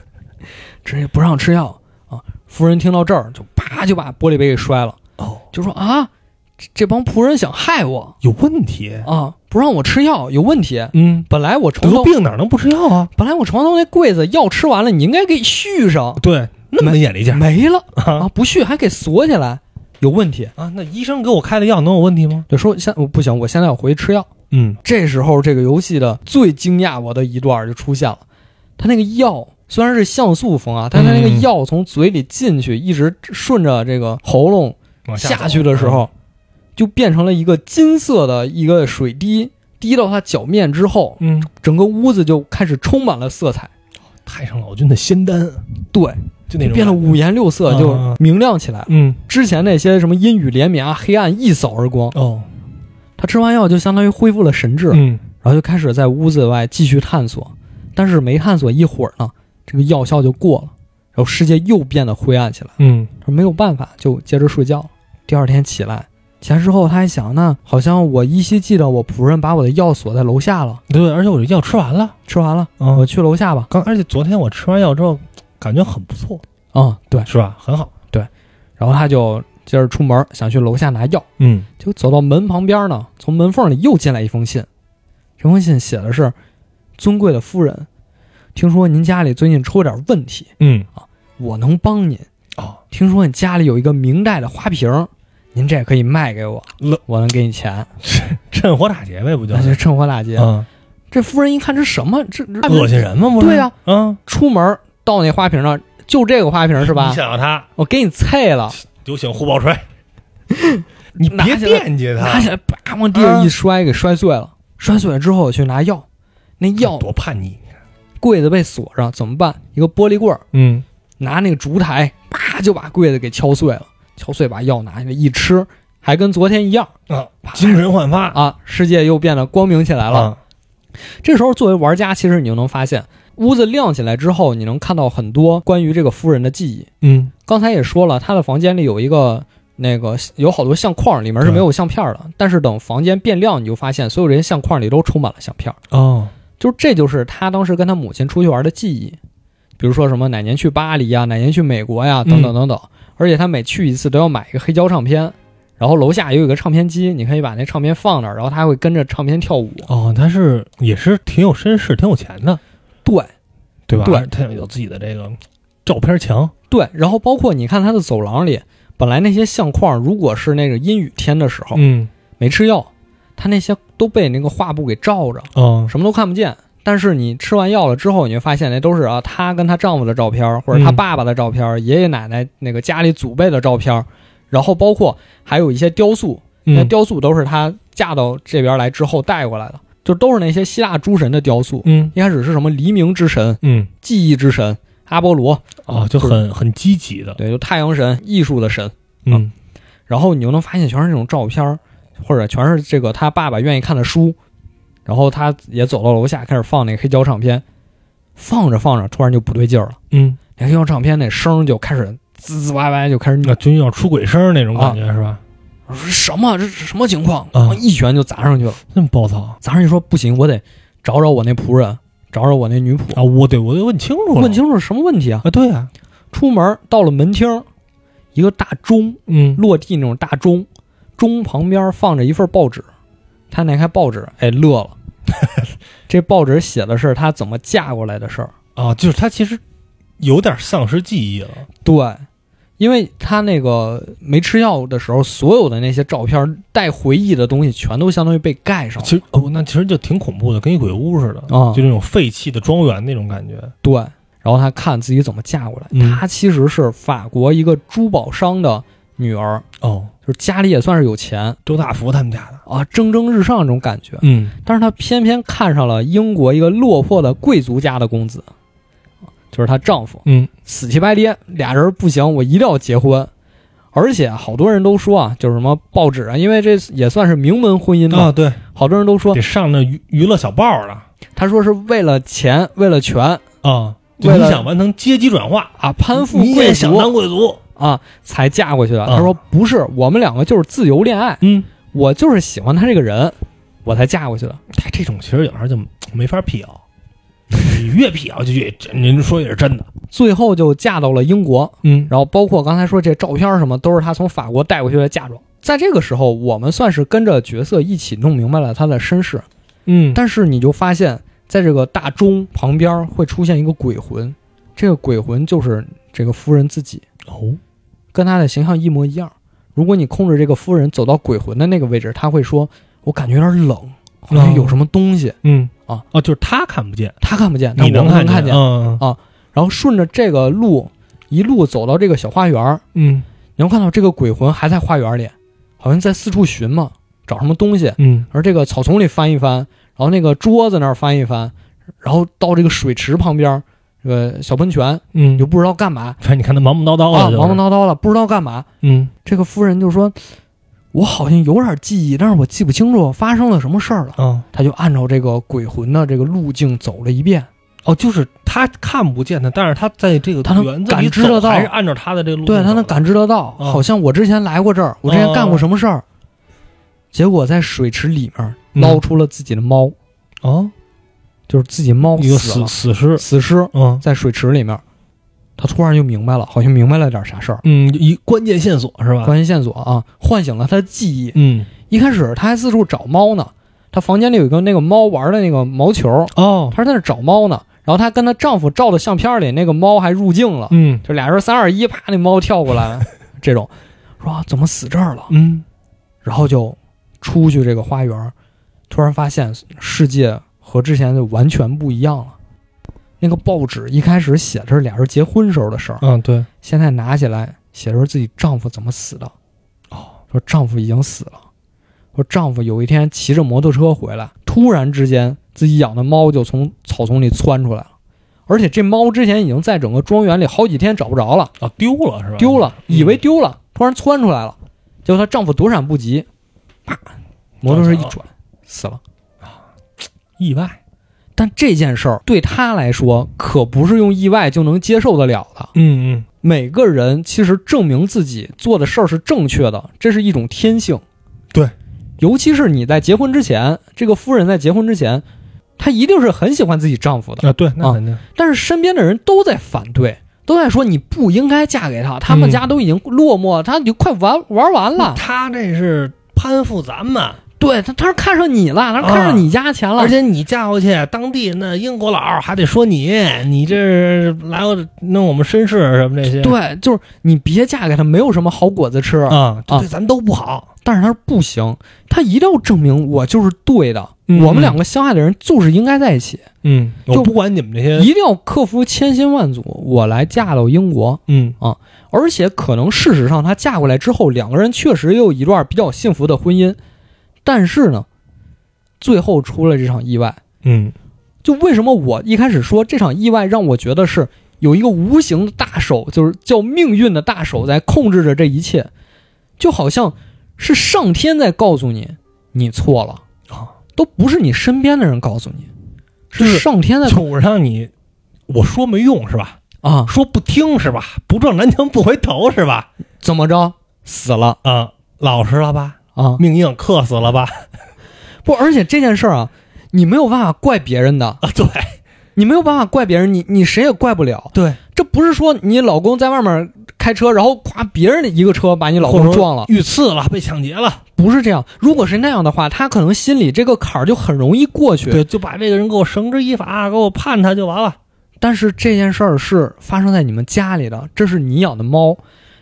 B: 直接不让吃药啊！夫人听到这儿就啪就把玻璃杯给摔了，
A: 哦，
B: 就说啊，这这帮仆人想害我
A: 有问题，
B: 啊，不让我吃药有问题。
A: 嗯，
B: 本来我床
A: 得
B: 头
A: 病哪能不吃药啊？
B: 本来我床头那柜子药吃完了，你应该给续上，
A: 对，那么眼力见
B: 哦没了
A: 啊
B: 啊，不续还给锁起来，有问题。
A: 啊，那医生给我开的药能有问题吗？
B: 就说现我不行，我现在要回去吃药。
A: 嗯
B: 这时候，这个游戏的最惊讶我的一段就出现了，它那个药虽然是像素风啊，但它那个
A: 嗯
B: 药从嘴里进去，一直顺着这个喉咙
A: 往
B: 下
A: 走嗯啊
B: 去的时，候，就变成了一个金色的一个水滴滴到她脚面之后，
A: 嗯，
B: 整个屋子就开始充满了色彩，
A: 太上老君的仙丹，
B: 对，
A: 就那种
B: 变得五颜六色，
A: 啊
B: 就明亮起来了。
A: 嗯
B: 之前那些什么阴雨连绵啊、黑暗一扫而光，
A: 哦
B: 她吃完药就相当于恢复了神智，
A: 嗯
B: 然后就开始在屋子外继续探索，但是没探索一会儿呢，这个药效就过了，然后世界又变得灰暗起来。
A: 嗯
B: 说没有办法，就接着睡觉了。第二天起来，起来之后，他还想呢，好像我依稀记得我仆人把我的药锁在楼下了，
A: 对，而且我这药吃完了，
B: 吃完了，
A: 嗯
B: 我去楼下吧。
A: 刚而且昨天我吃完药之后感觉很不错，
B: 啊、对。
A: 是吧？很好，
B: 然后他就接着出门，想去楼下拿药，
A: 嗯
B: 结果走到门旁边呢，从门缝里又进来一封信。这封信写的是：“尊贵的夫人，听说您家里最近出了点问题，
A: 嗯
B: 我能帮您。
A: 哦，
B: 听说你家里有一个明代的花瓶，您这可以卖给我
A: 了，
B: 我能给你钱。
A: 趁火打劫呗，不就
B: 那就趁火打劫。
A: 嗯，
B: 这夫人一看这什么，这这
A: 恶心！人吗？不是？
B: 对呀，
A: 嗯，
B: 出门到那花瓶那儿，就这个花瓶是
A: 你
B: 吧？
A: 想要他，
B: 我给你碎了，
A: 有请护宝锤， 你
B: 拿
A: 别
B: 起来
A: 惦记嗯
B: 拿
A: 他
B: 起，来叭往地上一摔，给摔碎了。摔碎了之后，我去拿药，那药
A: 多叛逆，
B: 柜子被锁上，怎么办？一个玻璃棍儿，
A: 嗯
B: 拿那个烛台，啪就把柜子给敲碎了。敲碎把药拿下来一吃，还跟昨天一样
A: 啊，精神焕发
B: 啊，世界又变得光明起来了。
A: 啊，
B: 这时候，作为玩家，其实你就能发现，屋子亮起来之后，你能看到很多关于这个夫人的记忆。
A: 嗯
B: 刚才也说了，他的房间里有一个那个有好多相框，里面是
A: 对
B: 没有相片的。但是等房间变亮，你就发现所有这些相框里都充满了相片。
A: 哦
B: 就是这就是他当时跟他母亲出去玩的记忆，比如说什么哪年去巴黎啊呀、哪年去美国呀、等等等等。而且他每去一次都要买一个黑胶唱片，然后楼下也有一个唱片机，你可以把那唱片放那儿，然后他会跟着唱片跳舞。
A: 哦，他是也是挺有绅士，挺有钱的，
B: 对
A: 对吧？
B: 对
A: 他有自己的这个照片墙，
B: 对，然后包括你看他的走廊里，本来那些相框如果是那个阴雨天的时候，
A: 嗯
B: 没吃药，他那些都被那个画布给罩着，
A: 哦
B: 什么都看不见。但是你吃完药了之后，你会发现那都是啊，她跟她丈夫的照片，或者她
A: 嗯
B: 爸爸的照片，爷爷奶奶那个家里祖辈的照片，然后包括还有一些雕塑，那
A: 嗯
B: 雕塑都是她嫁到这边来之后带过来的，就都是那些希腊诸神的雕塑。
A: 嗯
B: 一开始是什么黎明之神、
A: 嗯
B: 记忆之神、阿波罗，
A: 哦，就很很积极的，啊
B: 对，就太阳神、艺术的神。
A: 嗯
B: 然后你就能发现全是这种照片儿，或者全是这个他爸爸愿意看的书，然后他也走到楼下开始放那个黑胶唱片，放着放着突然就不对劲儿了，
A: 嗯，
B: 那黑胶唱片那声儿就开始滋滋歪歪就开始扭
A: 那，就要出轨声那种感觉是吧？
B: 我说什么这是什么情况？
A: 啊
B: 我一拳就砸上去了，
A: 那么暴躁啊
B: 砸上去说不行，我得找找我那仆人，找找我那女仆，
A: 啊！我得我得问清楚了，
B: 问清楚什么问题啊？
A: 啊，对啊，
B: 出门到了门厅，一个大钟
A: 嗯
B: 落地那种大钟，钟旁边放着一份报纸，他拿开报纸，哎，乐了。这报纸写的是他怎么嫁过来的事儿。
A: 啊，就是他其实有点丧失记忆了，
B: 对，因为他那个没吃药的时候，所有的那些照片带回忆的东西，全都相当于被盖上了。
A: 其实哦，那其实就挺恐怖的，跟一鬼屋似的
B: 啊
A: 就那种废弃的庄园那种感觉，
B: 对，然后他看自己怎么嫁过来。
A: 嗯
B: 他其实是法国一个珠宝商的女儿，
A: 哦，
B: 就是家里也算是有钱
A: 周大福他们家的，
B: 啊，蒸蒸日上那种感觉。
A: 嗯
B: 但是他偏偏看上了英国一个落魄的贵族家的公子，就是她丈夫，
A: 嗯
B: 死乞白咧，俩人不行，我一定要结婚。而且好多人都说啊，就是什么报纸啊，因为这也算是名门婚姻
A: 啊，
B: 嘛，
A: 对，
B: 好多人都说
A: 得，上那娱娱乐小报了。
B: 他说是为了钱，为了权
A: 啊，就
B: 为
A: 你
B: 了
A: 想完成阶级转化，
B: 啊，攀附
A: 你
B: 贵
A: 也想当
B: 族
A: 贵族，
B: 啊，才嫁过去的。
A: 啊
B: 他说不是，我们两个就是自由恋爱，
A: 嗯，
B: 我就是喜欢他这个人，我才嫁过去的。
A: 他哎这种其实有时候就没法辟谣，你越辟谣就越您说也是真的，
B: 最后就嫁到了英国，
A: 嗯
B: 然后包括刚才说这照片儿什么，都是他从法国带过去的嫁妆。在这个时候，我们算是跟着角色一起弄明白了他的身世，
A: 嗯，
B: 但是你就发现，在这个大钟旁边儿会出现一个鬼魂，这个鬼魂就是这个夫人自己，
A: 哦，
B: 跟她的形象一模一样。如果你控制这个夫人走到鬼魂的那个位置，她会说：“我感觉有点冷，好像有什么东西。
A: 嗯
B: 啊
A: 哦，就是他看不见，”
B: 她看不见，但
A: 你
B: 我们能
A: 看
B: 看见。
A: 嗯
B: 然后顺着这个路一路走到这个小花园儿，
A: 嗯
B: 你能看到这个鬼魂还在花园里，好像在四处寻嘛。找什么东西，
A: 嗯
B: 而这个草丛里翻一翻，然后那个桌子那儿翻一翻，然后到这个水池旁边儿这个小喷泉，
A: 嗯
B: 你就，不知道干嘛
A: 反正你看他忙忙叨叨
B: 啊，
A: 的，
B: 忙忙，叨叨了，不知道干嘛。
A: 嗯
B: 这个夫人就说：“我好像有点记忆，但是我记不清楚发生了什么事儿了。
A: 啊”
B: 他就按照这个鬼魂的这个路径走了一遍，
A: 哦，就是他看不见他，但是他在这个
B: 他能
A: 园子
B: 感
A: 里
B: 知
A: 走
B: 得到
A: 还是按照他的这个路，
B: 对他能，感知得到，
A: 嗯哦
B: 好像我之前来过这儿，我之前干过什么事儿。结果在水池里面
A: 嗯
B: 捞出了自己的猫，
A: 哦，
B: 就是自己猫
A: 一个
B: 死
A: 死死
B: 了，
A: 尸，
B: 死尸
A: 嗯
B: 在水池里面，他突然就明白了，好像明白了点啥事儿。
A: 嗯，一关键线索是吧？
B: 关系线索啊，唤醒了他的记忆。
A: 嗯，
B: 一开始他还四处找猫呢，他房间里有一个那个猫玩的那个毛球，
A: 哦，
B: 她在那儿找猫呢。然后她跟她丈夫照的相片里那个猫还入镜了，
A: 嗯
B: 就俩人三二一，啪，那猫跳过来 了，这种说、啊、怎么死这儿了？
A: 嗯，
B: 然后就出去这个花园，突然发现世界和之前就完全不一样了。那个报纸一开始写的是俩人结婚时候的事儿，
A: 嗯，对，
B: 现在拿起来写的是自己丈夫怎么死的。哦，说丈夫已经死了，说丈夫有一天骑着摩托车回来，突然之间自己养的猫就从草丛里窜出来了，而且这猫之前已经在整个庄园里好几天找不着了，
A: 啊，丢了是吧？
B: 丢了，
A: 嗯
B: 以为丢了，突然窜出来了，结果她丈夫躲闪不及，啪，摩托车一转，死了。
A: 意外，
B: 但这件事儿对她来说可不是用意外就能接受得了的，
A: 嗯嗯，
B: 每个人其实证明自己做的事儿是正确的，这是一种天性。
A: 对，
B: 尤其是你在结婚之前，这个夫人在结婚之前，她一定是很喜欢自己丈夫的，
A: 啊，对，那
B: 啊
A: 肯定，
B: 但是身边的人都在反对，都在说你不应该嫁给他，他
A: 嗯
B: 们家都已经落寞了，他就快玩玩完了。啊
A: 他这是攀附咱们，
B: 对他，他是看上你了，他是看上你家钱了，
A: 啊而且你嫁过去，当地那英国佬还得说你，你这是来我弄我们绅士啊什么这些，
B: 对，就是你别嫁给他，没有什么好果子吃。
A: 啊，这
B: 啊
A: 对咱都不好。
B: 但是他说不行，他一定要证明我就是对的，
A: 嗯
B: 我们两个相爱的人就是应该在一起，
A: 嗯，我
B: 就
A: 不管你们这些，
B: 一定要克服千辛万阻，我来嫁到英国。
A: 嗯
B: 而且可能事实上，她嫁过来之后，两个人确实也有一段比较幸福的婚姻，但是呢，最后出了这场意外。
A: 嗯
B: 就为什么我一开始说这场意外让我觉得是有一个无形的大手，就是叫命运的大手在控制着这一切，就好像是上天在告诉你你错了
A: 啊，
B: 都不是你身边的人告诉你，
A: 就是
B: 是上天在
A: 就我让你我说没用是吧？
B: 啊，
A: 说不听是吧？不撞南墙不回头是吧？
B: 怎么着死了
A: 啊、老实了吧？
B: 啊？
A: 命硬，克死了吧？
B: 不，而且这件事儿啊，你没有办法怪别人的，
A: 啊，对
B: 你没有办法怪别人，你你谁也怪不了。
A: 对，
B: 这不是说你老公在外面开车，然后夸别人的一个车把你老
A: 或者
B: 公
A: 说
B: 撞了，
A: 遇刺了，被抢劫了，
B: 不是这样。如果是那样的话，他可能心里这个坎儿就很容易过去。
A: 对，就把这个人给我绳之以法，给我判他就完了。
B: 但是这件事儿是发生在你们家里的，这是你养的猫，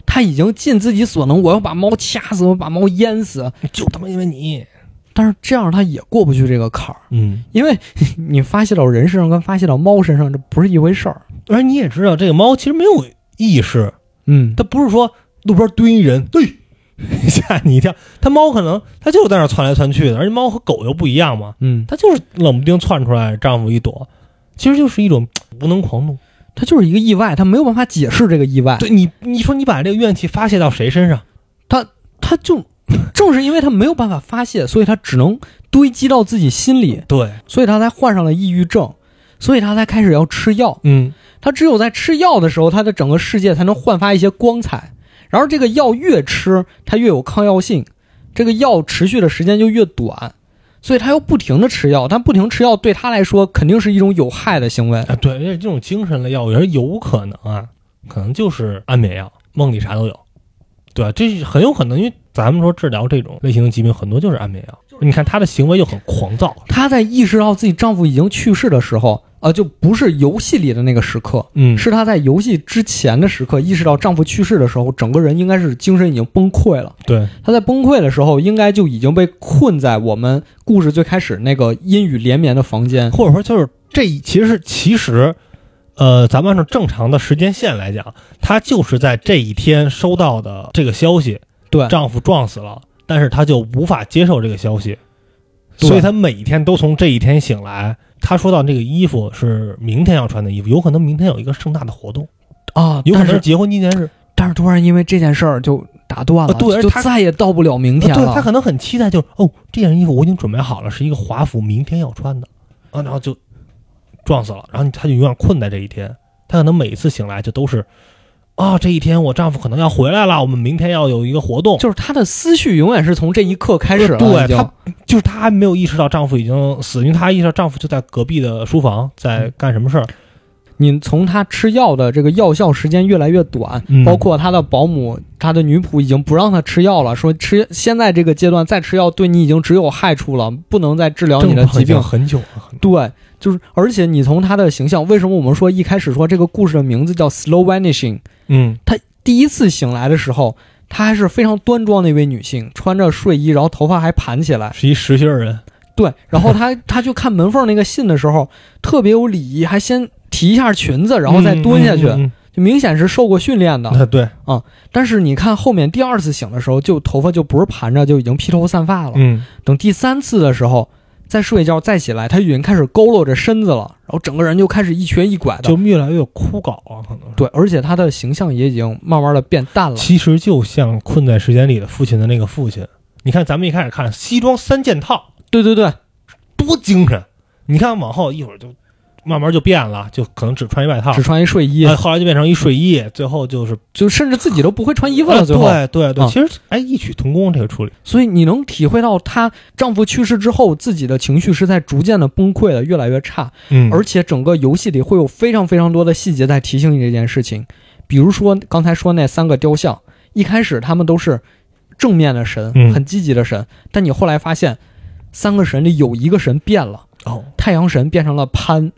B: 它已经尽自己所能，我要把猫掐死，我要把猫淹死。
A: 就他妈因为你，
B: 但是这样它也过不去这个坎儿，
A: 嗯，
B: 因为你发泄到人身上跟发泄到猫身上，这不是一回事儿。
A: 而你也知道，这个猫其实没有意识，
B: 嗯，
A: 它不是说路边堆一人，对， 吓你一跳。它猫可能它就是在那儿窜来窜去的，而且猫和狗又不一样嘛，
B: 嗯，
A: 它就是冷不丁窜出来，丈夫一躲，其实就是一种嘖无能狂怒。
B: 它就是一个意外，它没有办法解释这个意外。
A: 对你，你说你把这个怨气发泄到谁身上？
B: 他就正是因为他没有办法发泄，所以他只能堆积到自己心里，
A: 对，
B: 所以他才患上了抑郁症，所以他才开始要吃药。
A: 嗯
B: 他只有在吃药的时候，他的整个世界才能焕发一些光彩。然后这个药越吃，它越有抗药性，这个药持续的时间就越短，所以他又不停的吃药，但不停吃药对他来说肯定是一种有害的行为。
A: 啊，对，而且这种精神类药物，有人有可能啊，可能就是安眠药，梦里啥都有。对啊，这是很有可能，因为咱们说治疗这种类型的疾病，很多就是安眠药。你看他的行为又很狂躁，
B: 她在意识到自己丈夫已经去世的时候，啊、就不是游戏里的那个时刻，
A: 嗯
B: 是她在游戏之前的时刻意识到丈夫去世的时候，整个人应该是精神已经崩溃了。
A: 对，
B: 她在崩溃的时候，应该就已经被困在我们故事最开始那个阴雨连绵的房间。
A: 或者说就是这一其实是其实，呃，咱们按照正常的时间线来讲，她就是在这一天收到的这个消息，
B: 对
A: 丈夫撞死了，但是她就无法接受这个消息，所以她每一天都从这一天醒来。她说到这个衣服是明天要穿的衣服，有可能明天有一个盛大的活动，
B: 啊，
A: 有可能
B: 但
A: 是
B: 是
A: 结婚纪念日，
B: 但是突然因为这件事儿就打断了，
A: 啊对而
B: 就
A: 他
B: 再也到不了明
A: 啊
B: 天
A: 对
B: 了。
A: 她可能很期待就，哦，这件衣服我已经准备好了，是一个华服，明天要穿的啊，然后就撞死了，然后她就永远困在这一天。她可能每一次醒来就都是啊，这一天我丈夫可能要回来了，我们明天要有一个活动，
B: 就是他的思绪永远是从这一刻开始了，
A: 对
B: 已经
A: 他就是她还没有意识到丈夫已经死，因为她意识到丈夫就在隔壁的书房在干什么事儿。
B: 你从他吃药的这个药效时间越来越短，
A: 嗯
B: 包括他的保姆、他的女仆已经不让他吃药了，说吃现在这个阶段再吃药对你已经只有害处了，不能再治疗你的疾病。
A: 很久了，
B: 对，就是而且你从他的形象，为什么我们说一开始说这个故事的名字叫 Slow Vanishing？
A: 嗯，
B: 第一次醒来的时候，她还是非常端庄的一位女性，穿着睡衣，然后头发还盘起来。
A: 是一实心儿人。
B: 对，然后他 他去看门缝那个信的时候，特别有礼仪，还先提一下裙子，然后再蹲下去，
A: 嗯嗯嗯
B: 就明显是受过训练
A: 嗯
B: 的。
A: 啊对，
B: 但是你看后面第二次醒的时候，就头发就不是盘着，就已经披头散发了。
A: 嗯，
B: 等第三次的时候，再睡觉再起来，他已经开始佝偻着身子了，然后整个人就开始一瘸一拐的。
A: 就越来越枯槁啊，可能。
B: 对，而且他的形象也已经慢慢的变淡了。
A: 其实就像困在时间里的父亲的那个父亲，你看咱们一开始看西装三件套
B: 对对对，
A: 多精神，你看往后一会儿就慢慢就变了，就可能只穿一外套
B: 只，穿一睡衣，
A: 呃后来就变成一睡衣，最后就是
B: 就甚至自己都不会穿衣服了。
A: 啊
B: 最后，
A: 对对对，
B: 啊
A: 其实哎异曲同工这个处理。
B: 所以你能体会到她丈夫去世之后，自己的情绪是在逐渐的崩溃的，越来越差，
A: 嗯
B: 而且整个游戏里会有非常非常多的细节在提醒你这件事情，比如说刚才说那三个雕像，一开始他们都是正面的神
A: 嗯，
B: 很积极的神，但你后来发现，三个神里有一个神变了，
A: 哦，
B: 太阳神变成了潘，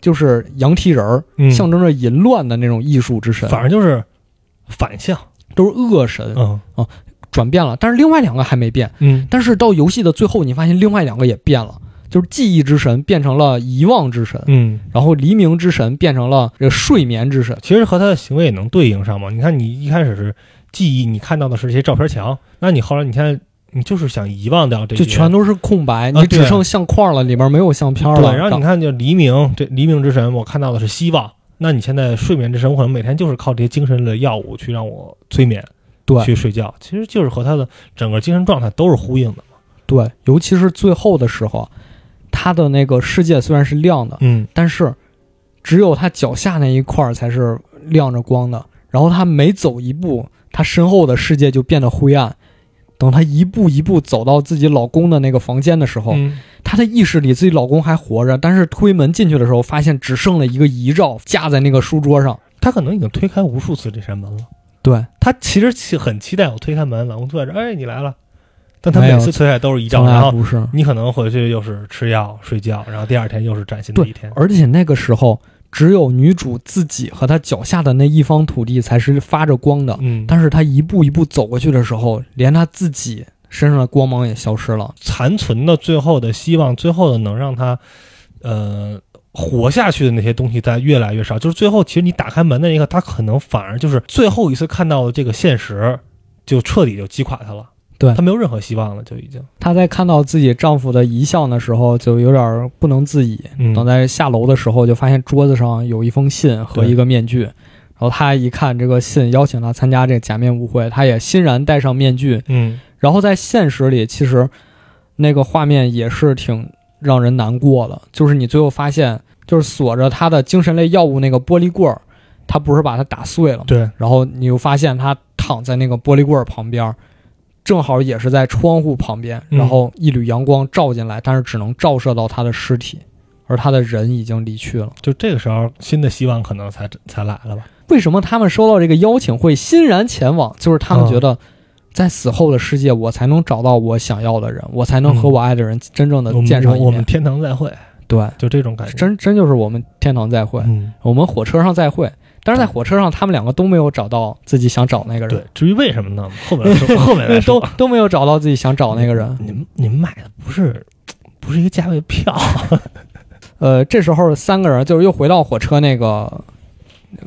B: 就是羊蹄人儿，
A: 嗯
B: 象征着淫乱的那种艺术之神，
A: 反正就是反向，
B: 都是恶神
A: 嗯
B: 转变了，但是另外两个还没变。
A: 嗯，
B: 但是到游戏的最后，你发现另外两个也变了，就是记忆之神变成了遗忘之神，
A: 嗯，
B: 然后黎明之神变成了这个睡眠之神。
A: 其实和他的行为也能对应上嘛。你看，你一开始是记忆，你看到的是这些照片墙，那你后来你现在你就是想遗忘掉这些，
B: 就全都是空白，
A: 啊
B: 你只
A: 对
B: 剩相框了，里面没有相片了。
A: 对。然后你看，就黎明这黎明之神，我看到的是希望。那你现在睡眠之神，我可能每天就是靠这些精神类药物去让我催眠，
B: 对
A: 去睡觉，其实就是和他的整个精神状态都是呼应的。
B: 对，尤其是最后的时候，他的那个世界虽然是亮的，
A: 嗯，
B: 但是只有他脚下那一块儿才是亮着光的。然后他每走一步，他身后的世界就变得灰暗。等他一步一步走到自己老公的那个房间的时候，
A: 嗯
B: 她的意识里自己老公还活着，但是推门进去的时候，发现只剩了一个遗照架在那个书桌上。
A: 他可能已经推开无数次这扇门了。
B: 对，
A: 他其实期很期待我推开门，老公坐在这儿，哎，你来了。但他
B: 没
A: 每
B: 有
A: 次推开都是一照，
B: 从
A: 然
B: 来
A: 后
B: 不是。
A: 你可能回去又是吃药、睡觉，然后第二天又是崭新的一天。
B: 而且那个时候，只有女主自己和她脚下的那一方土地才是发着光的。
A: 嗯，
B: 但是她一步一步走过去的时候，连她自己身上的光芒也消失了。
A: 残存的最后的希望，最后的能让他呃活下去的那些东西在越来越少。就是最后，其实你打开门那一刻，他可能反而就是最后一次看到的这个现实，就彻底就击垮他了。
B: 对
A: 他没有任何希望了，就已经。
B: 她在看到自己丈夫的遗像的时候，就有点不能自已。
A: 嗯，
B: 等在下楼的时候，就发现桌子上有一封信和一个面具。然后他一看这个信，邀请他参加这个假面舞会，他也欣然戴上面具。
A: 嗯，
B: 然后在现实里，其实那个画面也是挺让人难过的，就是你最后发现，就是锁着他的精神类药物那个玻璃棍儿，他不是把它打碎了吗？
A: 对，
B: 然后你又发现他躺在那个玻璃柜儿旁边儿，正好也是在窗户旁边，
A: 嗯
B: 然后一缕阳光照进来，但是只能照射到他的尸体，而他的人已经离去了。
A: 就这个时候新的希望可能才才来了吧。
B: 为什么他们收到这个邀请会欣然前往？就是他
A: 嗯
B: 们觉得，在死后的世界，我才能找到我想要的人，我才能和我爱的人真正的
A: 我们
B: 见上一
A: 我们
B: 面。
A: 天堂再会，
B: 对，
A: 就这种感觉。
B: 真真就是我们天堂再会，
A: 嗯，
B: 我们火车上再会。但是在火车上，他们两个都没有找到自己想找那个人。
A: 对。至于为什么呢？后面 说，后面再
B: 都
A: 说。啊
B: 都没有找到自己想找那个人。
A: 你们你们买的不是不是一个价位票？
B: 呃，这时候三个人就是又回到火车那个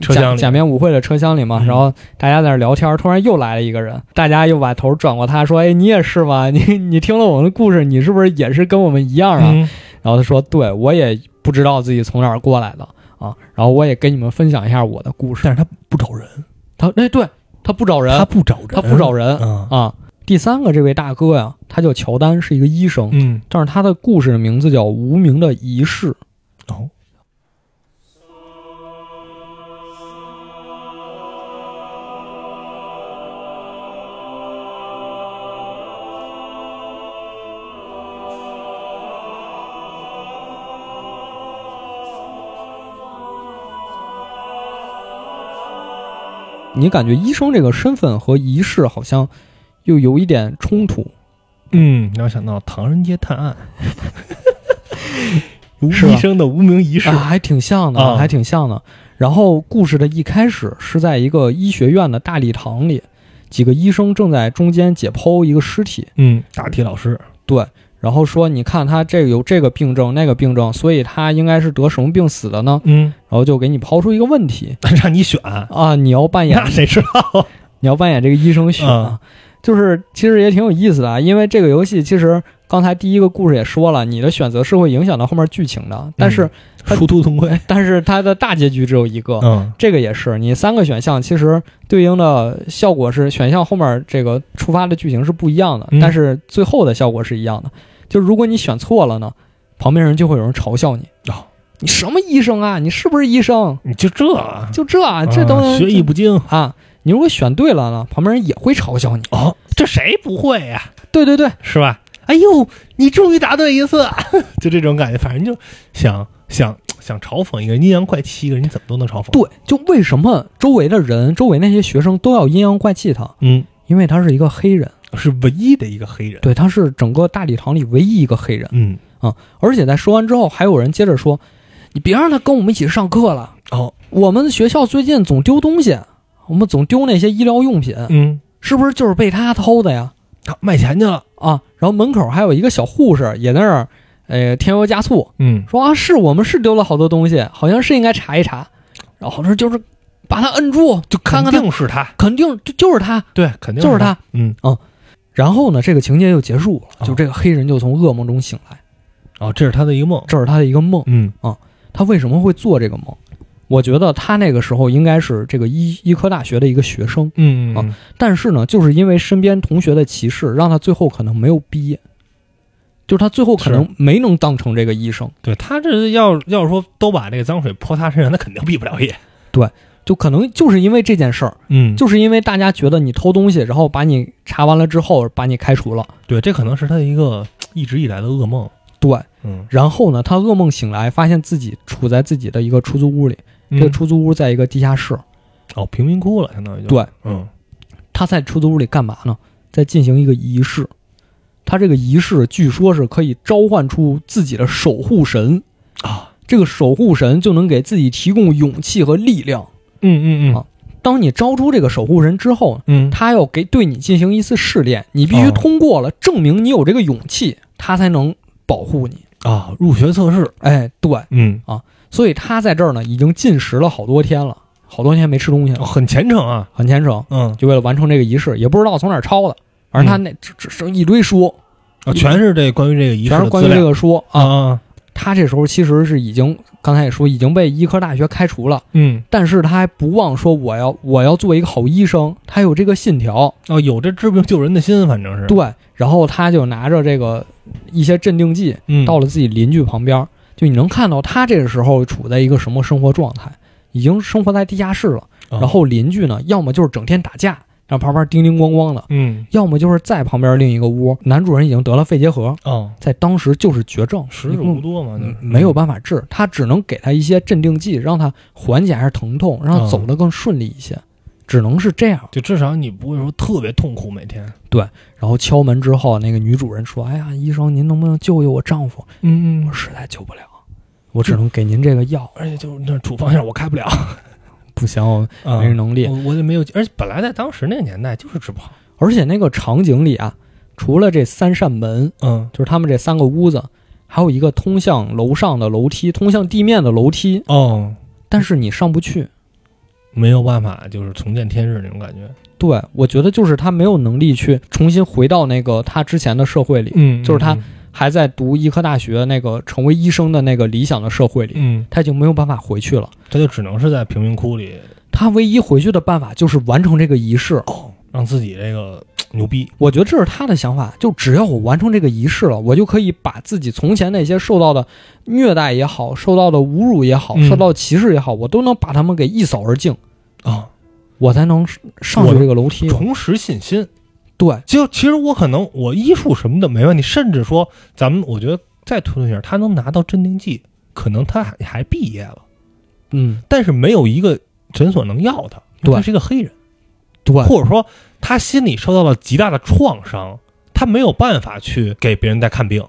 A: 车
B: 假
A: 厢里
B: 假面舞会的车厢里嘛，
A: 嗯
B: 然后大家在那儿聊天，突然又来了一个人，大家又把头转过他说：“哎，你也是吗？ 你你听了我们的故事，你是不是也是跟我们一样啊？”
A: 嗯
B: 然后他说：“对，我也不知道自己从哪儿过来的啊，然后我也跟你们分享一下我的故事。
A: 但是他不找人，”
B: 他哎，对他不找人，
A: 他不找人，
B: 他不找人
A: 嗯
B: 啊。第三个这位大哥呀，他叫乔丹，是一个医生，
A: 嗯，
B: 但是他的故事的名字叫《无名的仪式》。
A: 哦，
B: 你感觉医生这个身份和仪式好像又有一点冲突，
A: 嗯，让我想到《唐人街探案》，
B: 是吧
A: 医生的无名仪式
B: 啊，，还挺像的，
A: 啊
B: 还挺像的。然后故事的一开始是在一个医学院的大礼堂里，几个医生正在中间解剖一个尸体，
A: 嗯，大体老师，
B: 对，然后说你看他这个有这个病症那个病症，所以他应该是得什么病死的呢？
A: 嗯，
B: 然后就给你抛出一个问题
A: 让你选，
B: 啊，你要扮演
A: 那谁知道？
B: 你要扮演这个医生选啊，就是其实也挺有意思的啊，因为这个游戏其实刚才第一个故事也说了，你的选择是会影响到后面剧情的，但是、他
A: 殊途同归，
B: 但是它的大结局只有一个。
A: 嗯
B: 这个也是，你三个选项其实对应的效果是选项后面这个触发的剧情是不一样的，
A: 嗯
B: 但是最后的效果是一样的。就如果你选错了呢，旁边人就会有人嘲笑你
A: 哦
B: 你什么医生啊？你是不是医生？
A: 你就这啊，
B: 就这啊，这都能
A: 啊学艺不精
B: 啊！你如果选对了呢，旁边人也会嘲笑你。
A: 哦，这谁不会呀、
B: 对对对，
A: 是吧？哎呦，你终于答对一次， 就这种感觉，反正就想想想嘲讽一个阴阳怪气一个人，你怎么都能嘲讽。，
B: 对，就为什么周围的人，周围那些学生都要阴阳怪气他？
A: 嗯，
B: 因为他是一个黑人，
A: 是唯一的一个黑人。
B: 对，他是整个大礼堂里唯一一个黑人。
A: 嗯，
B: 而且在说完之后，还有人接着说：“你别让他跟我们一起上课了，
A: 哦，
B: 我们学校最近总丢东西，我们总丢那些医疗用品，
A: 嗯，
B: 是不是就是被他偷的呀
A: 他卖钱去了。？”
B: 啊，然后门口还有一个小护士也在那儿，呃，添油加醋，
A: 嗯，
B: 说啊，是我们是丢了好多东西，好像是应该查一查。然后这就是把他摁住，
A: 就
B: 看
A: 肯
B: 看他
A: 定是他，
B: 肯定就就是他。
A: 对，肯定
B: 就是
A: 他
B: 他。
A: 嗯，
B: 然后呢，这个情节就结束了，
A: 啊
B: 就这个黑人就从噩梦中醒来，
A: 哦，这是他的一个梦。
B: 这是他的一个梦。
A: 嗯
B: 他为什么会做这个梦？我觉得他那个时候应该是这个医医科大学的一个学生，
A: 嗯
B: 啊但是呢，就是因为身边同学的歧视，让他最后可能没有毕业，就是他最后可能没能当成这个医生，
A: 对他这要要是说都把这个脏水泼他身上，那肯定毕不了业。
B: 就可能就是因为这件事儿，
A: 嗯，
B: 就是因为大家觉得你偷东西，然后把你查完了之后把你开除了，
A: 对，这可能是他的一个一直以来的噩梦。
B: 对。
A: 嗯，
B: 然后呢，他噩梦醒来，发现自己处在自己的一个出租屋里，这个
A: 嗯
B: 出租屋在一个地下室，
A: 哦，贫民窟了，相当于就
B: 对，
A: 嗯，
B: 他在出租屋里干嘛呢？在进行一个仪式。他这个仪式据说是可以召唤出自己的守护神，
A: 啊，
B: 这个守护神就能给自己提供勇气和力量。
A: 嗯嗯嗯
B: 啊当你招出这个守护神之后，
A: 嗯，
B: 他要给对你进行一次试炼，你必须
A: 哦
B: 通过了，证明你有这个勇气，他才能保护你。
A: 啊，入学测试，
B: 哎，对，
A: 嗯，
B: 所以他在这儿呢，已经禁食了好多天了，好多天没吃东西
A: 哦
B: 了，
A: 很虔诚啊，
B: 很虔诚，
A: 嗯，
B: 就为了完成这个仪式，也不知道从哪儿抄的，反正他那只只剩一堆书，
A: 啊全是这关于这个仪式
B: 全是
A: 的
B: 关
A: 资
B: 于这
A: 料
B: 个说啊，
A: 啊，
B: 他这时候其实是已经刚才也说已经被医科大学开除了，
A: 嗯，
B: 但是他还不忘说我要我要做一个好医生，他有这个信条，
A: 哦，有这治病救人的心，反正是，
B: 对，然后他就拿着这个一些镇定剂
A: 嗯，
B: 到了自己邻居旁边，就你能看到他这个时候处在一个什么生活状态，已经生活在地下室了，
A: 哦
B: 然，后邻居呢，要么就是整天打架，让旁边叮叮咣咣的。
A: 嗯，
B: 要么就是在旁边另一个屋，男主人已经得了肺结核，
A: 哦，
B: 在当时就是绝症，
A: 时
B: 你
A: 日
B: 根本
A: 无多嘛，就是
B: 嗯，没有，办法治，他只能给他一些镇定剂，让他缓解一下疼痛，让他走得更顺利一些，只能是这样。
A: 就至少你不会说特别痛苦每天，
B: 然后敲门之后，那个女主人说：“哎呀，医生，您能不能救救我丈夫？
A: 嗯
B: 我，实在救不了，我只能给您这个药，
A: 而且就是那处方药我开不了，
B: 不行，我
A: 啊
B: 没这能力。
A: 我我就 没有，而且本来在当时那个年代就是治不好，
B: 而且那个场景里啊，除了这三扇门，
A: 嗯，
B: 就是他们这三个屋子，还有一个通向楼上的楼梯，通向地面的楼梯，
A: 哦，
B: 但是你上不去，
A: 没有办法就是重见天日那种感觉。
B: 对，我觉得就是他没有能力去重新回到那个他之前的社会里，
A: 嗯
B: 就是他，还在读医科大学那个成为医生的那个理想的社会里，
A: 嗯，
B: 他已经没有办法回去了。
A: 他就只能是在贫民窟里
B: 他唯一回去的办法就是完成这个仪式。
A: 让自己这个牛逼。
B: 我觉得这是他的想法，就只要我完成这个仪式了，我就可以把自己从前那些受到的虐待也好，受到的侮辱也好，
A: 嗯
B: 受到歧视也好，我都能把他们给一扫而尽，
A: 啊，
B: 我才能上去这个楼梯。
A: 重拾信心。
B: 对，
A: 就其实我可能我医术什么的没问题，甚至说咱们我觉得再推论一下，他能拿到镇定剂，可能他还还毕业了，
B: 嗯，
A: 但是没有一个诊所能要他，因为
B: 对
A: 他是一个黑人，
B: 对，
A: 或者说他心里受到了极大的创伤，他没有办法去给别人再看病，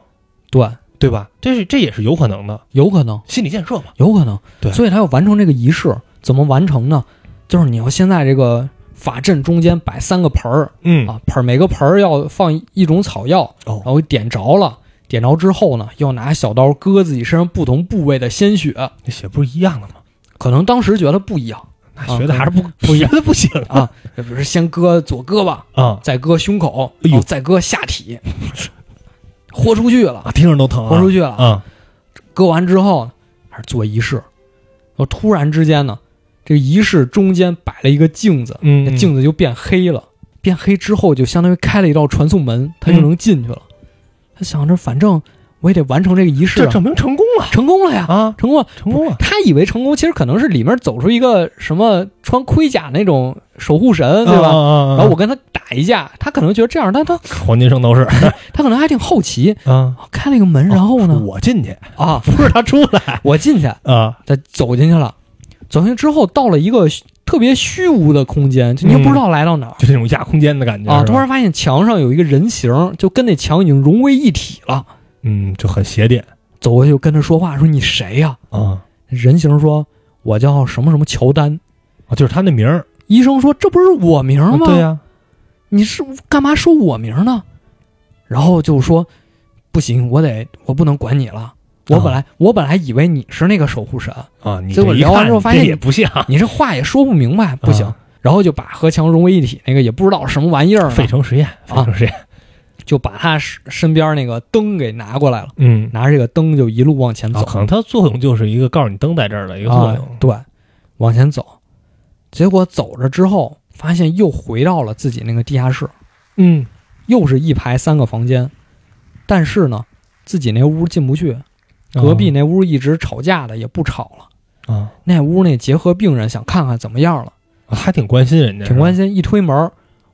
B: 对，
A: 对吧？这是这也是有可能的，
B: 有可能，
A: 心理建设嘛。
B: 有可能。
A: 对
B: 所以他要完成这个仪式，怎么完成呢？就是你要先在这个法阵中间摆三个盆儿
A: 嗯
B: 啊，盆儿每个盆儿要放一种草药，然
A: 哦，
B: 后点着了，点着之后呢，要拿小刀割自己身上不同部位的鲜血。
A: 那血不是一样的吗？
B: 可能当时觉得不一样
A: 那
B: 啊
A: 学哎的还是不
B: 不一样
A: 学的不行
B: 啊，比如先割左胳膊，
A: 啊
B: 再割胸口，
A: 哎呦
B: 然后再割下体，豁出去了，
A: 啊！听着都疼
B: 豁出
A: 啊
B: 去了。
A: 啊！
B: 割完之后呢，还是做仪式。然后突然之间呢，这个仪式中间摆了一个镜子，
A: 嗯
B: 那镜子就变黑了。变黑之后，就相当于开了一道传送门，他就
A: 嗯
B: 能进去了。他想着，反正我也得完成这个仪式
A: 这
B: 啊，
A: 证明成功了
B: 成功了呀，
A: 啊，
B: 成功了。
A: 成功了。
B: 他以为成功，其实可能是里面走出一个什么穿盔甲那种守护神，对吧？
A: 啊啊啊、
B: 然后我跟他打一架，他可能觉得这样，但他
A: 黄金圣斗士
B: 他可能还挺好奇，
A: 啊，
B: 哦开了一个门，然后呢，
A: 我进去，
B: 啊，
A: 不是他出来
B: 我进去，
A: 啊，
B: 他走进去了，走进去之后到了一个虚特别虚无的空间，就你也不知道来到哪儿、
A: 就那种亚空间的感觉嗯
B: 啊，
A: 是吧
B: 突然发现墙上有一个人形，就跟那墙已经融为一体了，
A: 嗯，就很邪典
B: 走过去就跟他说话，说你谁呀、
A: 啊
B: 人形说，我叫什么什么乔丹。
A: 啊，就是他那名儿，
B: 医生说：“这不是我名儿吗？
A: 啊对呀、
B: 你是干嘛说我名儿呢？”然后就说：“不行，我得，我不能管你了。我
A: 啊
B: 本来、我本来以为你是那个守护神，
A: 啊，你
B: 结
A: 这
B: 果
A: 一
B: 聊完
A: 看
B: 之后发现
A: 这也不像
B: 你这话也说不明白，不行。
A: 啊
B: 然后就把和强融为一体那个也不知道是什么玩意儿呢
A: 费，城实验，
B: 啊
A: 费城 实验，
B: 就把他身身边那个灯给拿过来了，
A: 嗯，
B: 拿着这个灯就一路往前走。
A: 啊，可能它作用就是一个告诉你灯在这儿的一个作
B: 啊
A: 用，
B: 对，往前走。结果走着之后，发现又回到了自己那个地下室，
A: 嗯，
B: 又是一排三个房间，但是呢，自己那屋进不去，
A: 哦
B: 隔壁那屋一直吵架的也不吵了。
A: 啊，
B: 那屋那结核病人想看看怎么样了，
A: 啊还挺关心人家，
B: 挺关心，一推门。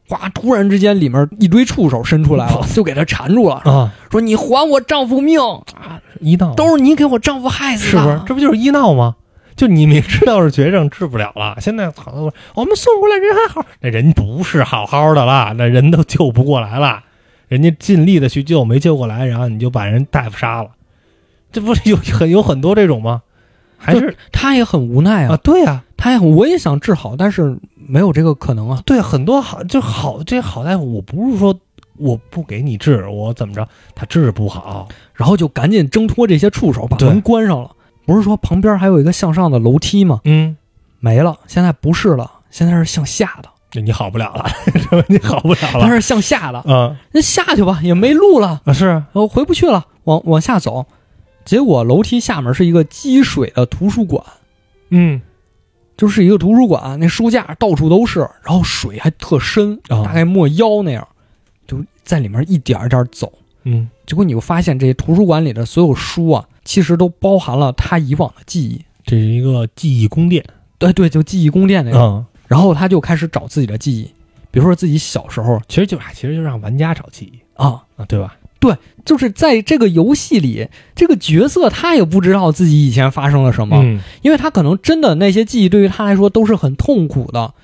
B: 哗！突然之间，里面一堆触手伸出来了，就给他缠住了，
A: 啊，
B: 说：“你还我丈夫命啊！
A: 医闹
B: 都是你啊给我丈夫害死
A: 哦是
B: 的，
A: 不是？这不就是医闹吗？就你明知道是绝症治不了了，现在好多我们送过来人还好，那人不是好好的啦，那人都救不过来了，人家尽力的去救，没救过来，然后你就把人大夫杀了，这不是有很有很多这种吗？还是
B: 他也很无奈啊，
A: 啊，对呀、
B: 他也很我也想治好，但是没有这个可能啊。
A: 对啊很多好就好这好大夫，我不是说我不给你治，我怎么着，他治不好，
B: 然后就赶紧挣脱这些触手，把
A: 对
B: 门关上了。不是说旁边还有一个向上的楼梯吗？
A: 嗯，
B: 没了，现在不是了，现在是向下的，
A: 你好不了 了，你好不了
B: 它
A: 了，
B: 是向下的。
A: 嗯
B: 那下去吧，也没路了，
A: 啊是
B: 然后回不去了，往往下走。结果楼梯下面是一个积水的图书馆，
A: 嗯
B: 就是一个图书馆，那书架到处都是，然后水还特深，
A: 哦
B: 大概没腰那样，就在里面一点一点走。
A: 嗯
B: 结果你会发现，这些图书馆里的所有书啊，其实都包含了他以往的记忆。
A: 这是一个记忆宫殿。
B: 对对，就记忆宫殿那个。
A: 嗯，
B: 然后他就开始找自己的记忆，比如说自己小时候
A: 其实就哎其实就让玩家找记忆
B: 啊，
A: 啊，对吧？
B: 就是在这个游戏里，这个角色他也不知道自己以前发生了什么，
A: 嗯
B: 因为他可能真的那些记忆对于他来说都是很痛苦的。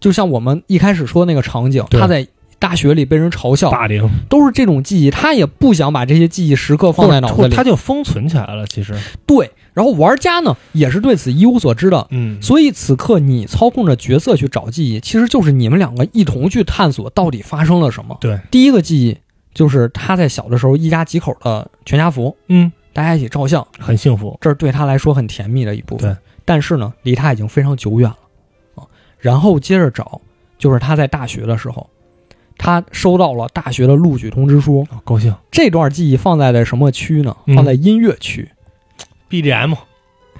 B: 就像我们一开始说那个场景，
A: 对
B: 他在大学里被人嘲笑，
A: 霸凌
B: 都是这种记忆，他也不想把这些记忆时刻放在脑
A: 或
B: 子
A: 者
B: 里
A: 他。就封存起来了。其实，
B: 对，然后玩家呢也是对此一无所知的，
A: 嗯
B: 所以此刻你操控着角色去找记忆，其实就是你们两个一同去探索到底发生了什么。
A: 对，
B: 第一个记忆就是他在小的时候一家几口的全家福，
A: 嗯，
B: 大家一起照相，
A: 很幸福。
B: 这是对他来说很甜蜜的一部分。
A: 对
B: 但是呢，离他已经非常久远了啊。然后接着找，就是他在大学的时候，他收到了大学的录取通知书。
A: 哦高兴
B: 这段记忆放在了什么区呢？
A: 嗯
B: 放在音乐区。
A: BGM，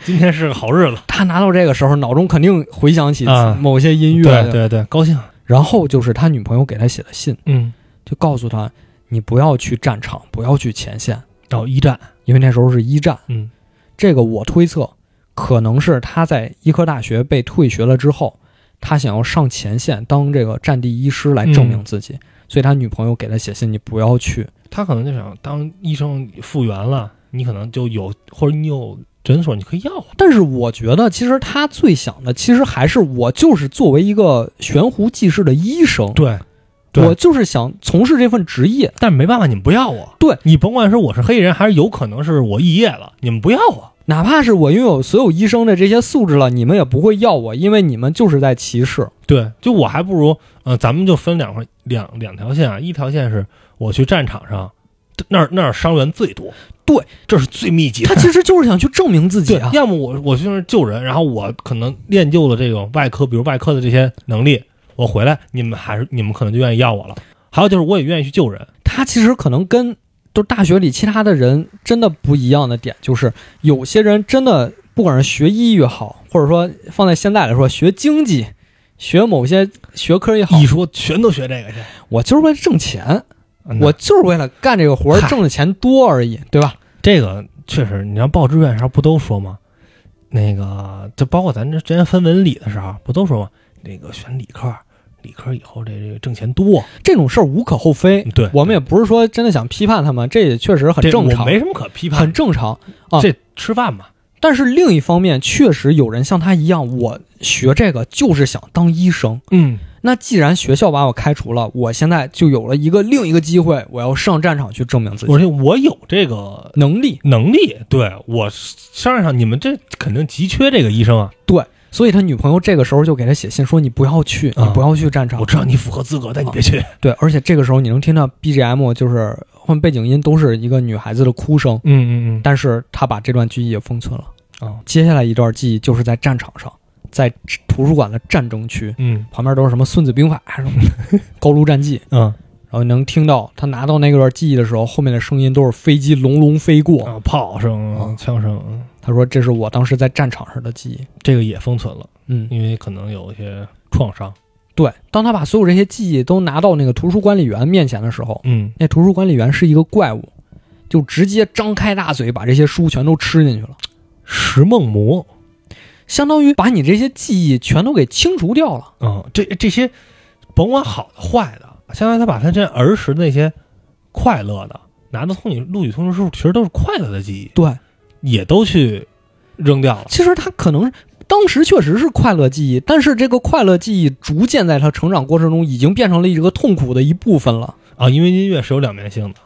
A: 今天是个好日子，
B: 他拿到这个时候，脑中肯定回想起
A: 啊
B: 某些音乐。
A: 对对对，高兴，
B: 然后就是他女朋友给他写的信，
A: 嗯，
B: 就告诉他，你不要去战场，不要去前线，
A: 哦，一战，
B: 因为那时候是一战。
A: 嗯，
B: 这个我推测，可能是他在医科大学被退学了之后，他想要上前线当这个战地医师来
A: 嗯
B: 证明自己，所以他女朋友给他写信，你不要去。
A: 他可能就想当医生复原了，你可能就有，或者你有诊所，你可以要啊，
B: 但是我觉得，其实他最想的，其实还是我就是作为一个悬壶济世的医生，
A: 对，对
B: 我就是想从事这份职业。
A: 但是没办法，你们不要我，
B: 对
A: 你甭管是我是黑人，还是有可能是我异业了，你们不要我，
B: 哪怕是我拥有所有医生的这些素质了，你们也不会要我，因为你们就是在歧视。
A: 对，就我还不如，呃，咱们就分两块两两条线啊，一条线是我去战场上，这那儿那儿伤员最多，
B: 对，
A: 这是最密集的。
B: 他其实就是想去证明自己
A: 对
B: 啊，。
A: 要么我我去那儿救人，然后我可能练就了这种外科，比如外科的这些能力，我回来你们还是你们可能就愿意要我了。还有就是我也愿意去救人，
B: 他其实可能跟就大学里其他的人真的不一样的点，就是有些人真的不管是学医也好，或者说放在现在来说学经济、学某些学科也好
A: 一，说全都学这个去，
B: 我就是为了挣钱，
A: 嗯
B: 我就是为了干这个活儿
A: 嗨
B: 挣的钱多而已，对吧？
A: 这个确实，你让报志愿时候不都说吗？那个，就包括咱这之前分文理的时候，不都说吗？那个选理科，理科以后这这个挣钱多，
B: 这种事儿无可厚非，
A: 对，
B: 我们也不是说真的想批判他们，这也确实很
A: 这
B: 正
A: 我
B: 常，
A: 没什么可批判
B: 很
A: 的，
B: 正常。啊
A: 这吃饭嘛，
B: 但是另一方面，确实有人像他一样，我学这个就是想当医生。
A: 嗯，
B: 那既然学校把我开除了，我现在就有了一个另一个机会，我要上战场去证明自己
A: 我这我有这个
B: 能力。能
A: 能力，对我商量上，你们这肯定急缺这个医生啊，
B: 对，所以他女朋友这个时候就给他写信说：“你不要去，
A: 啊
B: 你不要去战场。
A: 我知道你符合资格，但你别去，
B: 对，而且这个时候你能听到 BGM，就是换背景音都是一个女孩子的哭声。
A: 嗯嗯
B: 但是他把这段记忆也封存了。
A: 嗯，啊，
B: 接下来一段记忆就是在战场上，在图书馆的战争区，
A: 嗯
B: 旁边都是什么《孙子兵法》啊什么 的高卢战记，
A: 嗯
B: 然后能听到他拿到那段记忆的时候，后面的声音都是飞机隆隆飞过。
A: 啊，炮声
B: 啊、
A: 枪声，嗯
B: 他说这是我当时在战场上的记忆。
A: 这个也封存了，
B: 嗯，
A: 因为可能有一些创伤，
B: 对。当他把所有这些记忆都拿到那个图书管理员面前的时候，
A: 嗯
B: 那图书管理员是一个怪物，就直接张开大嘴把这些书全都吃进去了，
A: 食梦魔，
B: 相当于把你这些记忆全都给清除掉了。
A: 嗯，这这些甭管好的坏的，相当于他把他这儿时的那些快乐的，拿到通你录取通知书，其实都是快乐的记忆，
B: 对，
A: 也都去扔掉了。
B: 其实他可能当时确实是快乐记忆，但是这个快乐记忆逐渐在他成长过程中已经变成了一个痛苦的一部分了。
A: 啊，因为音乐是有两面性的，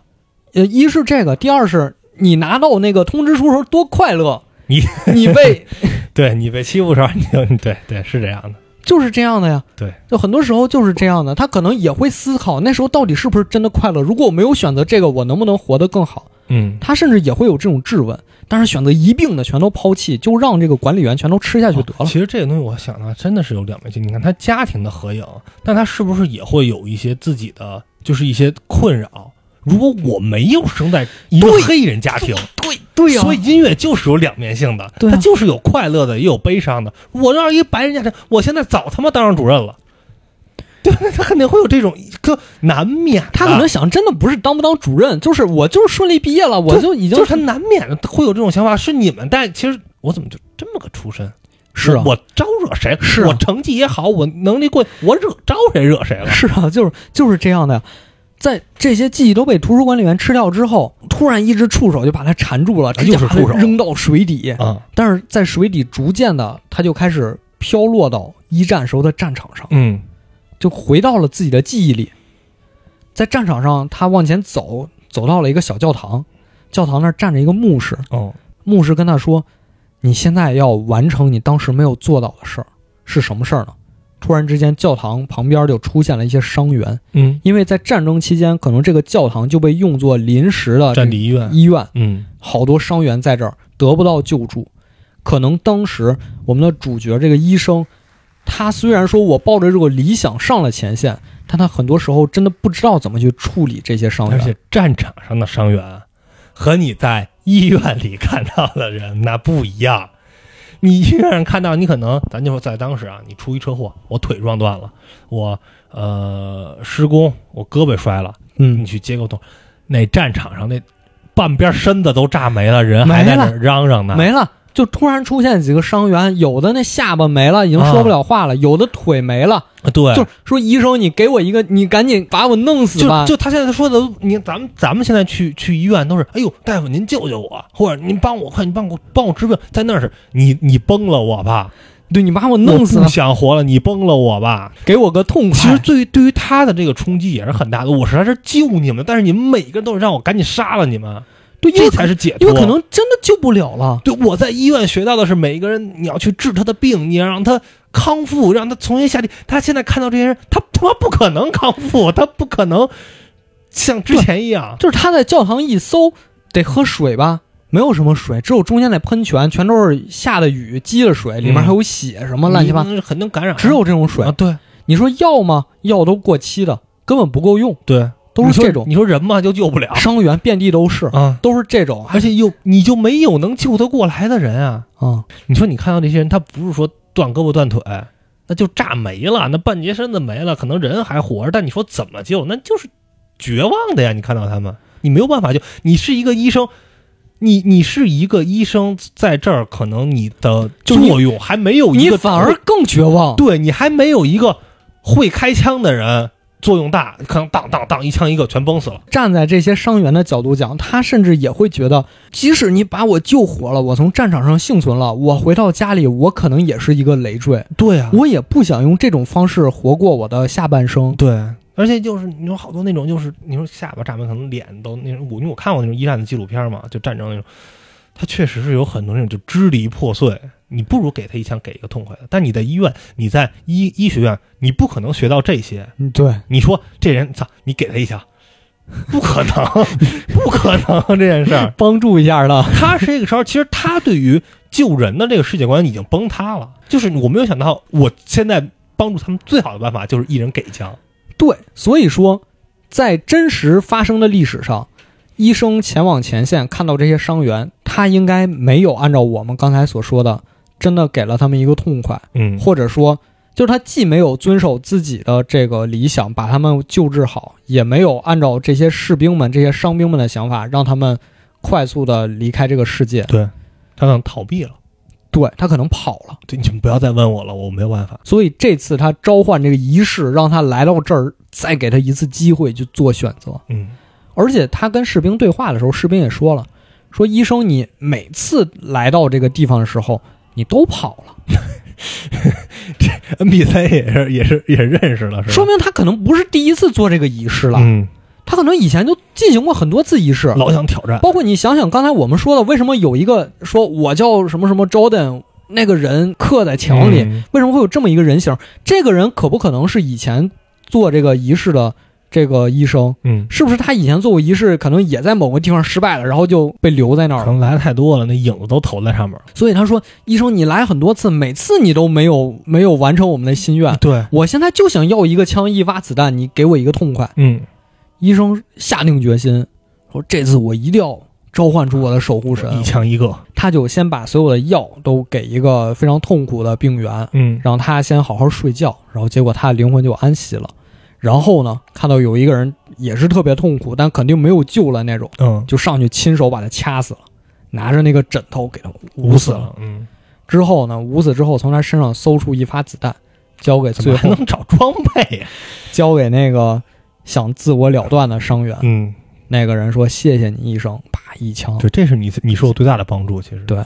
B: 呃，一是这个，第二是你拿到那个通知书的时候多快乐，
A: 你
B: 你被
A: 对你被欺负时候，你就对对是这样的，
B: 就是这样的呀。
A: 对，
B: 就很多时候就是这样的，他可能也会思考那时候到底是不是真的快乐。如果我没有选择这个，我能不能活得更好？
A: 嗯，
B: 他甚至也会有这种质问，但是选择一并的全都抛弃，就让这个管理员全都吃下去得了。
A: 哦其实这个东西我想到真的是有两面性。你看他家庭的合影，但他是不是也会有一些自己的，就是一些困扰？如果我没有生在一个
B: 对
A: 黑人家庭，
B: 对对呀、
A: 哦所以音乐就是有两面性的，
B: 对啊
A: 它就是有快乐的，也有悲伤的。我要是一白人家庭，我现在早他妈当上主任了，对吧？他肯定会有这种个难免的，
B: 他可能想，真的不是当不当主任，就是我就是顺利毕业了，我就已
A: 啊
B: 经
A: 就是他难免的会有这种想法。是你们带，其实我怎么就这么个出身？
B: 是啊
A: 我，我招惹谁了？
B: 是啊
A: 我成绩也好，我能力过，我惹招谁惹谁了？
B: 是啊，就是就是这样的呀。在这些记忆都被图书管理员吃掉之后，突然一只触手就把它缠住了，直接
A: 啊又是
B: 把它
A: 触手
B: 扔到水底。
A: 啊，
B: 但是在水底逐渐的，它就开始飘落到一战时候的战场上，
A: 嗯
B: 就回到了自己的记忆里。在战场上，他往前走，走到了一个小教堂，教堂那儿站着一个牧师，
A: 哦，
B: 牧师跟他说：“你现在要完成你当时没有做到的事儿，是什么事儿呢？”突然之间，教堂旁边就出现了一些伤员，
A: 嗯，
B: 因为在战争期间，可能这个教堂就被用作临时的
A: 啊战地医院，
B: 医院，
A: 嗯
B: 好多伤员在这儿得不到救助。可能当时我们的主角这个医生，她虽然说我抱着这个理想上了前线，但她很多时候真的不知道怎么去处理这些伤
A: 而
B: 员
A: 且。战场上的伤员和你在医院里看到的人那不一样。你医院上看到，你可能咱就说在当时啊，你出一车祸，我腿撞断了，我呃施工，我胳膊摔了，你
B: 嗯，
A: 去接个痛，那战场上那半边身子都炸没了，人还
B: 没
A: 在那
B: 了
A: 儿嚷嚷呢，
B: 没了，就突然出现几个伤员，有的那下巴没了，已经说不了话了；有的腿没了，
A: 啊对，
B: 就是说医生，你给我一个，你赶紧把我弄死吧。
A: 就就他现在说的，你咱们咱们现在去去医院都是，哎呦，大夫您救救我，或者您帮我快，你帮我帮我治病，在那儿是你你崩了我吧，
B: 对你把我
A: 我
B: 弄死
A: 不
B: 吧，
A: 想活了，你崩了我吧。
B: 给我个痛
A: 其实
B: 快。
A: 对于对于他的这个冲击也是很大的，我是在这救你们，但是你们每个人都是让我赶紧杀了你们，
B: 对，因
A: 这
B: 为
A: 才是解
B: 因
A: 脱。
B: 为可能真的救不了了。
A: 对我在医院学到的是，每一个人你要去治他的病，你要让他康复，让他重新下地。他现在看到这些人，他他妈不可能康复，他不可能像之前一样。
B: 就是他在教堂一搜，得喝水吧，没有什么水，只有中间那喷泉，全都是下的雨积的水，里面
A: 嗯
B: 还有血什么乱七八，
A: 你肯定感染啊，
B: 只有这种水
A: 啊，。对
B: 你说药吗？药都过期的，根本不够用，
A: 对，
B: 都
A: 你
B: 是
A: 说
B: 这种
A: 你说人嘛就救不了
B: 伤员遍地都是，
A: 啊，
B: 都是这种啊
A: 而且又你就没有能救得过来的人啊。。
B: 嗯
A: 你说你看到这些人，他不是说断胳膊断腿，那就炸没了，那半截身子没了，可能人还活着，但你说怎么救？那就是绝望的呀！你看到他们，你没有办法救。你是一个医生，你你是一个医生，在这儿可能你的
B: 就是你
A: 作用还没有一
B: 你
A: 个
B: 反而更绝望。
A: 对你还没有一个会开枪的人作用大，可能当当当一枪一个全崩死了。
B: 站在这些伤员的角度讲，他甚至也会觉得，即使你把我救活了，我从战场上幸存了，我回到家里，我可能也是一个累赘，
A: 对啊
B: 我也不想用这种方式活过我的下半生。
A: 对，而且就是你说好多那种就是你说下巴炸没，可能脸都那种，我因为我看过那种一战的纪录片嘛，就战争那种，他确实是有很多那种就支离破碎，你不如给他一枪给一个痛快的。但你在医院，你在医医学院，你不可能学到这些。
B: 嗯，对，
A: 你说这人操，你给他一枪，不可能，不可能这件事儿。
B: 帮助一下他。
A: 他是这个时候，其实他对于救人的这个世界观已经崩塌了。就是我没有想到，我现在帮助他们最好的办法就是一人给一枪。
B: 对，所以说，在真实发生的历史上，医生前往前线看到这些伤员，他应该没有按照我们刚才所说的，真的给了他们一个痛快。
A: 嗯
B: 或者说，就是他既没有遵守自己的这个理想，把他们救治好，也没有按照这些士兵们、这些伤兵们的想法，让他们快速的离开这个世界。
A: 对，他可能逃避了。
B: 对他可能跑了，
A: 对，你们不要再问我了，我没有办法。
B: 所以这次他召唤这个仪式，让他来到这儿，再给他一次机会去做选择。
A: 嗯，
B: 而且他跟士兵对话的时候，士兵也说了，说医生，你每次来到这个地方的时候，你都跑了。
A: ，NPC 也是也是也认识了，是吧？
B: 说明他可能不是第一次做这个仪式了，
A: 嗯，
B: 他可能以前就进行过很多次仪式，
A: 老想挑战。
B: 包括你想想，刚才我们说的，为什么有一个说我叫什么什么 Jordan 那个人刻在墙里，
A: 嗯
B: 为什么会有这么一个人形？这个人可不可能是以前做这个仪式的这个医生？
A: 嗯，
B: 是不是他以前做过仪式，可能也在某个地方失败了，然后就被留在那
A: 可
B: 儿了？
A: 能来的太多了，那影子都投在上面了。
B: 所以他说：“医生，你来很多次，每次你都没有没有完成我们的心愿。
A: 啊对，
B: 我现在就想要一个枪，一发子弹，你给我一个痛快。”
A: 嗯，
B: 医生下定决心说：“这次我一定要召唤出我的守护神，
A: 一枪一个。
B: 他就先把所有的药都给一个非常痛苦的病员，
A: 嗯
B: 让他先好好睡觉，然后结果他的灵魂就安息了。然后呢，看到有一个人也是特别痛苦，但肯定没有救了那种，
A: 嗯，
B: 就上去亲手把他掐死了，拿着那个枕头给他
A: 捂
B: 捂死了。
A: 了。嗯，
B: 之后呢，捂死之后从他身上搜出一发子弹，交给
A: 怎么
B: 最
A: 还
B: 后
A: 能找装备啊呀？
B: 交给那个想自我了断的伤员。
A: 嗯，
B: 那个人说：“谢谢你，医生。”啪一枪。
A: 对，这是你你是我最大的帮助，其实。
B: 对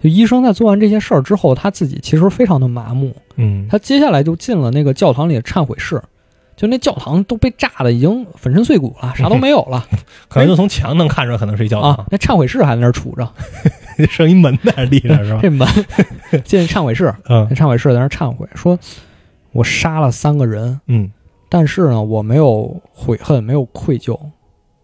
B: 就医生在做完这些事儿之后，他自己其实非常的麻木，
A: 嗯，
B: 他接下来就进了那个教堂里的忏悔室，就那教堂都被炸的已经粉身碎骨
A: 嗯
B: 了，啥都没有 了
A: 可能就从墙能看出来，可能是一教
B: 啊
A: 堂，！
B: 那忏悔室还在那儿杵着，
A: 剩一啊门在地上 是吧？
B: 这门 进忏悔室，
A: 嗯
B: 那忏悔室在那儿忏悔，说我杀了三个人，
A: 嗯，
B: 但是呢，我没有悔恨，没有愧疚，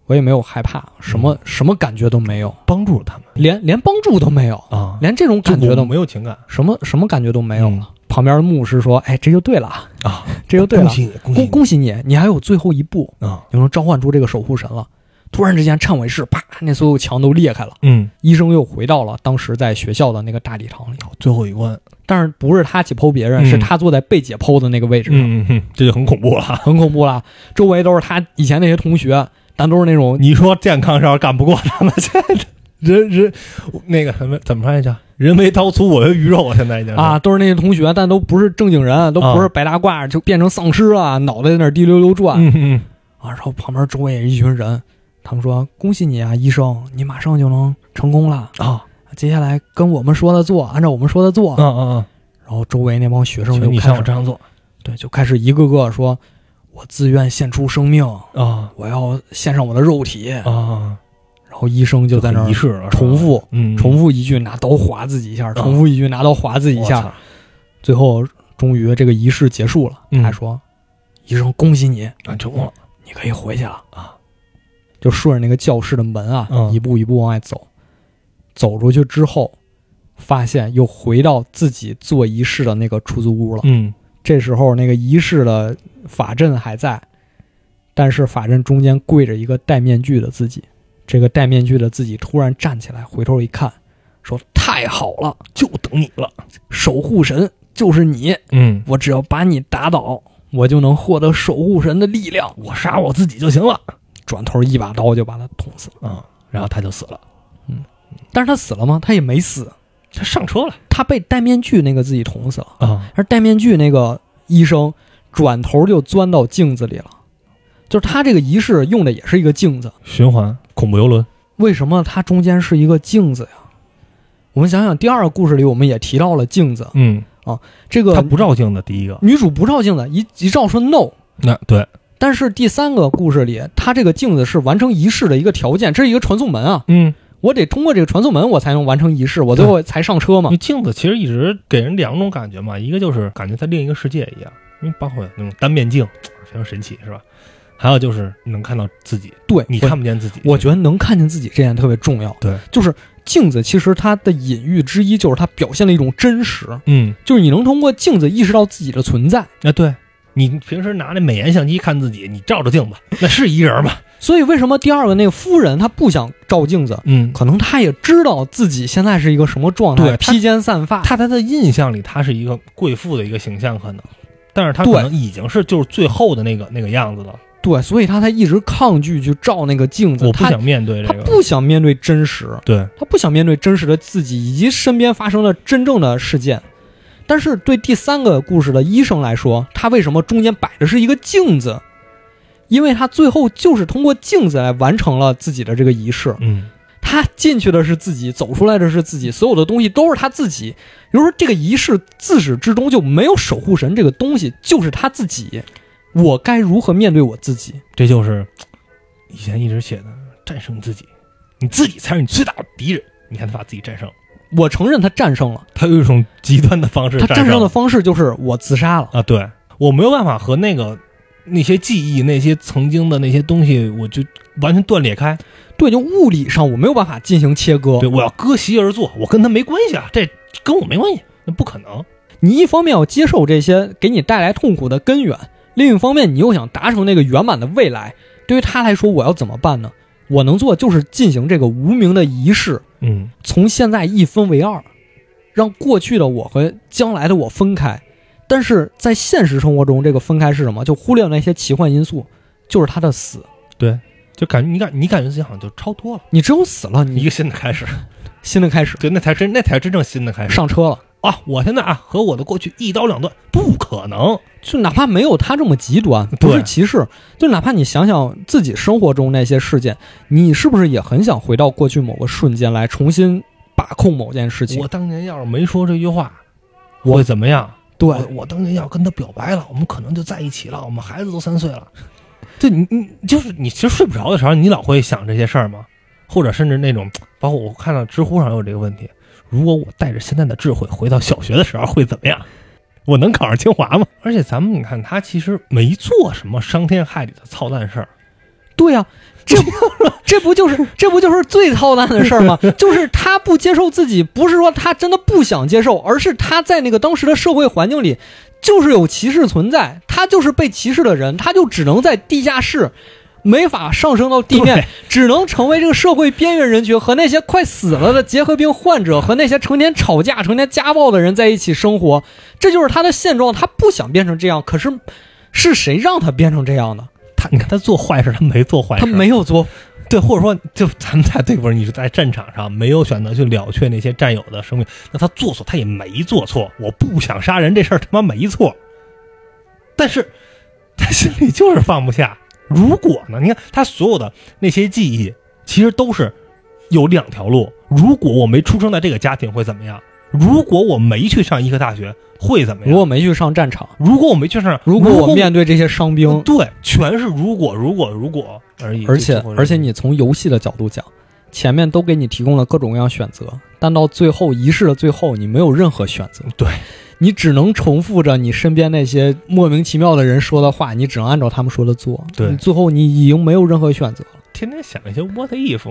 B: 我也没有害怕，什
A: 嗯
B: 么什么感觉都没有，
A: 帮助他们
B: 连连帮助都没有，
A: 啊，
B: 连这种
A: 就
B: 感觉
A: 我
B: 都
A: 没有情感，
B: 什么什么感觉都没有了。
A: 嗯
B: 旁边的牧师说：“哎，这就对了啊，
A: 啊，
B: 这就对了
A: 恭，喜你，恭喜
B: 恭
A: 你
B: 恭喜你，你还有最后一步，
A: 啊，
B: 你能召唤出这个守护神了。”突然之间，忏悔室啪，那所有墙都裂开了，
A: 嗯，
B: 医生又回到了当时在学校的那个大礼堂里。
A: 最后一关，
B: 但是不是他解剖别人，
A: 嗯
B: 是他坐在被解剖的那个位置上，
A: 嗯嗯嗯， 这就很恐怖了。
B: 很恐怖啦。周围都是他以前那些同学，但都是那种
A: 你说健康是干不过他们，现在人人那个什么怎么说来着？人为刀俎，我为鱼肉，我现在已经是
B: 啊，，都是那些同学，但都不是正经人，都不是白大褂，就变成丧尸了，脑袋在那儿滴溜溜转、
A: 啊嗯 嗯
B: 啊。然后旁边周围也是一群人，他们说：“恭喜你啊，医生，你马上就能成功了。
A: 嗯啊
B: 接下来跟我们说的做，按照我们说的做。
A: 啊啊
B: 然后周围那帮学
A: 啊！
B: 生
A: 请你
B: 就
A: 像
B: 开
A: 我
B: 始
A: 这样做
B: 对，就开始一个个说：“我自愿献出生命，
A: 啊
B: 我要献上我的肉体。
A: 啊！
B: 然后医生就在那
A: 很
B: 儿
A: 仪式了，
B: 重复。
A: 嗯，
B: 重复一句，拿刀划自己一下；重复一句，拿刀划自己一
A: 我
B: 下。
A: 操
B: 最后，终于这个仪式结束了。
A: 嗯
B: 他说：“医生，恭喜你，
A: 啊，成功了
B: 你可以回去了
A: 啊！”
B: 就顺着那个教室的门啊，
A: 嗯
B: 一步一步往外走。走出去之后，发现又回到自己做仪式的那个出租屋了。
A: 嗯
B: 这时候，那个仪式的法阵还在，但是法阵中间跪着一个戴面具的自己。这个戴面具的自己突然站起来，回头一看，说：“太好了！”
A: 就等你了。
B: 守护神就是你，
A: 嗯，
B: 我只要把你打倒，我就能获得守护神的力量。
A: 我杀我自己就行了
B: 转头一把刀就把他捅死了。
A: 啊。然后他就死了，
B: 嗯但是他死了吗？他也没死，
A: 他上车了
B: 他被戴面具那个自己捅死了。
A: 啊
B: 而戴面具那个医生转头就钻到镜子里了，就是他这个仪式用的也是一个镜子。
A: 循环恐怖游轮
B: 为什么它中间是一个镜子呀？我们想想，第二个故事里我们也提到了镜子，
A: 嗯，
B: 这
A: 他
B: 个
A: 不照镜的第一个，
B: 女主不照镜子，一一照说 no，
A: 那对，
B: 但是第三个故事里，它这个镜子是完成仪式的一个条件，这是一个传送门啊，
A: 嗯，
B: 我得通过这个传送门我才能完成仪式，我最后才上车嘛
A: 因为。镜子其实一直给人两种感觉嘛，一个就是感觉在另一个世界一样，因为包括那种单面镜，非常神奇，是吧？还有就是你能看到自己，
B: 对，
A: 你看不见自己。
B: 我，我觉得能看见自己这点特别重要。
A: 对，
B: 就是镜子其实它的隐喻之一就是它表现了一种真实，
A: 嗯，
B: 就是你能通过镜子意识到自己的存在。
A: 啊，对你平时拿那美颜相机看自己，你照照镜子， 那是一人吗？
B: 所以为什么第二个那个夫人她不想照镜子？
A: 嗯，
B: 可能她也知道自己现在是一个什么状态，
A: 对她
B: 披肩散发，
A: 他在他的印象里，他是一个贵妇的一个形象，可能，但是他
B: 对
A: 可能已经是就是最后的那个那个样子了。
B: 对，所以她才一直抗拒去照那个镜子。
A: 我不
B: 她
A: 想面对
B: 他
A: 这个，
B: 不想面对真实，
A: 对，
B: 他不想面对真实的自己以及身边发生的真正的事件。但是对第三个故事的医生来说，他为什么中间摆的是一个镜子？因为他最后就是通过镜子来完成了自己的这个仪式。
A: 嗯，
B: 他进去的是自己，走出来的是自己，所有的东西都是他自己。也就是说，这个仪式自始至终就没有守护神这个东西，就是他自己。我该如何面对我自己？
A: 这就是以前一直写的战胜自己，你自己才是你最大的敌人。你看他把自己战胜了，
B: 我承认他战胜了，
A: 他用一种极端的方式
B: 他战
A: 胜
B: 胜的方式就是我自杀了。
A: 啊！对我没有办法和那个那些记忆、那些曾经的那些东西，我就完全断裂开。
B: 对，就物理上我没有办法进行切割
A: 对，。我要割席而坐，我跟他没关系啊，这跟我没关系，那不可能。
B: 你一方面要接受这些给你带来痛苦的根源，另一方面你又想达成那个圆满的未来。对于他来说，我要怎么办呢？我能做就是进行这个无名的仪式，
A: 嗯，
B: 从现在一分为二，让过去的我和将来的我分开。但是在现实生活中，这个分开是什么？就忽略那些奇幻因素，就是他的死。
A: 就感觉你感你感觉自己好像就超脱了。
B: 你只有死了，
A: 一
B: 你
A: 个新的开始，
B: 新的开始，
A: 对，那才真那才真正新的开始
B: 上车了。
A: 啊！我现在啊，和我的过去一刀两断，不可能。
B: 就哪怕没有他这么极端，
A: 对
B: 不是歧视，就哪怕你想想自己生活中那些事件，你是不是也很想回到过去某个瞬间来重新把控某件事情
A: 我？当年要是没说这句话，
B: 我
A: 会怎么样？
B: 对
A: 我，我当年要跟他表白了，我们可能就在一起了，我们孩子都三岁了。就你你就是你，其实睡不着的时候，你老会想这些事儿吗？或者甚至那种，包括我看到知乎上有这个问题：如果我带着现在的智慧回到小学的时候，会怎么样？我能考上清华吗？而且咱们你看，他其实没做什么伤天害理的操蛋事儿，
B: 对呀、这不这不就是这不就是最操蛋的事儿吗？就是他不接受自己，不是说他真的不想接受，而是他在那个当时的社会环境里，就是有歧视存在，他就是被歧视的人，他就只能在地下室。没法上升到地面
A: 对，
B: 只能成为这个社会边缘人群和那些快死了的结核病患者和那些成天吵架、成天家暴的人在一起生活，这就是他的现状。他不想变成这样，可是是谁让他变成这样的？
A: 他你看他做坏事，他没做坏事，
B: 他没有做
A: 对，或者说就咱们在对不是你是在战场上没有选择去了却那些战友的生命，那他做错他也没做错，我不想杀人这事儿他妈没错，但是他心里就是放不下。如果呢？你看他所有的那些记忆，其实都是有两条路：如果我没出生在这个家庭会怎么样？如果我没去上医科大学会怎么样？
B: 如果没去上战场，
A: 如果我没去上，
B: 如果我面对这些伤兵，
A: 对，全是如果如果如果而已。
B: 而且
A: 就就会
B: 而且你从游戏的角度讲，前面都给你提供了各种各样选择，但到最后仪式的最后，你没有任何选择，
A: 对
B: 你只能重复着你身边那些莫名其妙的人说的话，你只能按照他们说的做，
A: 对
B: 你最后你已经没有任何选择了。
A: 天天想一些 what if，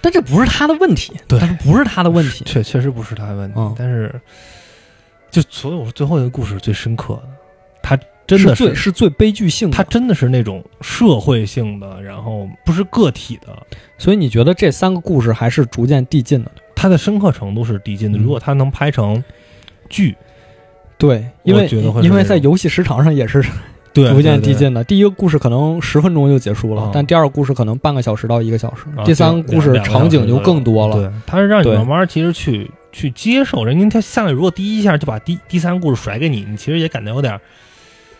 B: 但这不是他的问题，
A: 对
B: 但是不是他的问题，
A: 确确实不是他的问题，
B: 嗯
A: 但是就所有最后一个故事是最深刻的，他真的
B: 是最是最悲剧性的。
A: 他真的是那种社会性的，然后不是个体的，
B: 所以你觉得这三个故事还是逐渐递进的，
A: 他的深刻程度是递进的。
B: 嗯
A: 如果他能拍成剧，
B: 对，因
A: 我
B: 为
A: 觉得会是
B: 因为
A: 这
B: 在
A: 种
B: 游戏时长上也是
A: 对，
B: 逐渐
A: 对
B: 递。进的。第一个故事可能十分钟就结束了，
A: 啊
B: 但第二个故事可能半个小时到一个小时，
A: 对啊
B: 第三个故事
A: 两两个
B: 场景
A: 小时
B: 就更多了。
A: 对，他是让你
B: 对
A: 慢慢其实去去接受人家他下来，如果第一下就把第第三故事甩给你，你其实也感觉有点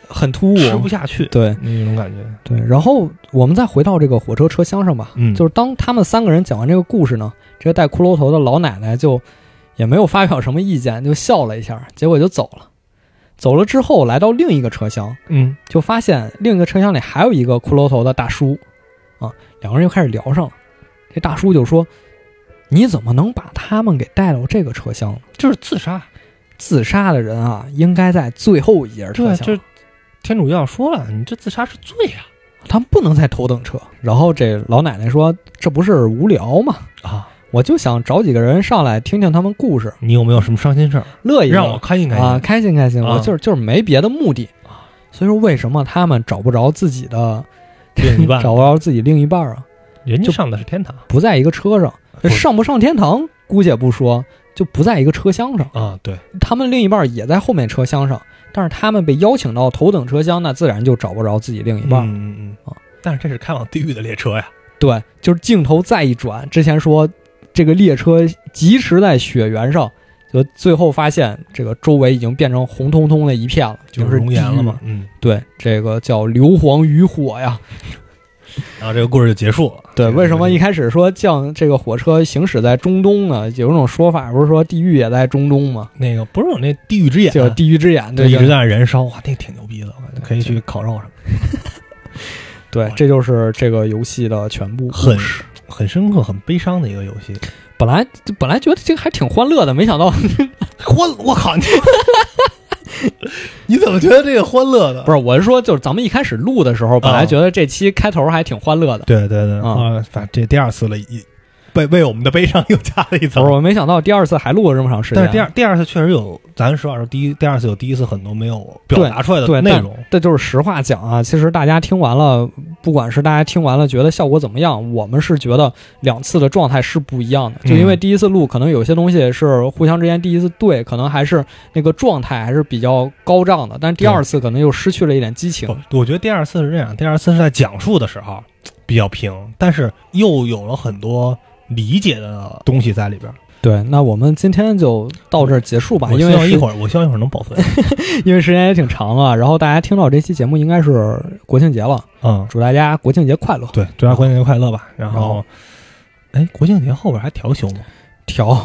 B: 很突兀。
A: 吃不下去
B: 对
A: 那种感觉。
B: 对，然后我们再回到这个火车车厢上吧，
A: 嗯
B: 就是当他们三个人讲完这个故事呢，这个戴骷髅头的老奶奶就也没有发表什么意见，就笑了一下，结果就走了。走了之后，来到另一个车厢，
A: 嗯，
B: 就发现另一个车厢里还有一个骷髅头的大叔，啊，两个人又开始聊上了。这大叔就说：“你怎么能把他们给带到这个车厢呢？
A: 就是自杀。
B: 自杀的人啊，应该在最后一节车
A: 对，
B: 厢，
A: 就是天主教说了，你这自杀是罪啊。
B: 他们不能在头等车。”然后这老奶奶说：“这不是无聊吗？
A: 啊，
B: 我就想找几个人上来听听他们故事，
A: 你有没有什么伤心事儿？
B: 乐一乐，
A: 让我开心开心。
B: 啊，开心开心，
A: 哎啊
B: 我就是就是没别的目的
A: 啊。
B: 所以说，为什么他们找不着自己的
A: 另一半，
B: 找不着自己另一半啊？
A: 人家
B: 就
A: 上的是天堂
B: 不在一个车上，
A: 不是
B: 上不上天堂姑且不说，就不在一个车厢上。
A: 啊，对，
B: 他们另一半也在后面车厢上，但是他们被邀请到头等车厢，那自然就找不着自己另一半。
A: 嗯嗯嗯
B: 啊
A: 但是这是开往地狱的列车呀，
B: 对，就是镜头再一转，之前说这个列车疾驰在雪原上，就最后发现这个周围已经变成红彤彤的一片了，
A: 就是熔岩
B: 地狱
A: 了嘛。。嗯，
B: 对，这个叫硫磺与火呀。
A: 然后这个故事就结束了。
B: 对，
A: 这个
B: 为什么一开始说像这个火车行驶在中东呢？有一种说法不是说地狱也在中东吗？
A: 那个不是有那地狱之眼，
B: 就是地狱之眼，
A: 就
B: 对
A: 一
B: 对
A: 直在那燃烧，哇，那挺牛逼的，我感觉可以去烤肉什么
B: 对，这就是这个游戏的全部
A: 的，很
B: 故事
A: 很深刻、很悲伤的一个游戏。
B: 本来本来觉得这个还挺欢乐的，没想到
A: 欢，我靠你！ 你怎么觉得这个欢乐的
B: 不？是，我是说，就是咱们一开始录的时候，
A: 啊
B: 本来觉得这期开头还挺欢乐的，
A: 对对对，
B: 啊
A: 啊，反正这第二次了，一为为我们的悲伤又加了一
B: 不
A: 层
B: 是，。我没想到第二次还录了这么长时间。啊
A: 但是第二第二次确实有，咱实话说，第一第二次有第一次很多没有表达出来的
B: 对
A: 内容，
B: 这就是实话讲啊，其实大家听完了，不管是大家听完了觉得效果怎么样，我们是觉得两次的状态是不一样的。就因为
A: 嗯
B: 第一次录，可能有些东西是互相之间第一次对，可能还是那个状态还是比较高涨的，但是第二次可能又失去了一点激情。
A: 不，我觉得第二次是这样，第二次是在讲述的时候比较平，但是又有了很多理解的东西在里边。
B: 对，那我们今天就到这儿结束吧，
A: 我
B: 因
A: 希
B: 为
A: 望
B: 时
A: 一会儿，我希望一会儿能保 存。
B: 因为时间也挺长了。然后大家听到这期节目应该是国庆节了，
A: 嗯，
B: 祝大家国庆节快乐！
A: 对，祝大家国庆节快乐吧。然
B: 然
A: 后
B: 后，
A: 哎，国庆节后边还调休吗？
B: 调。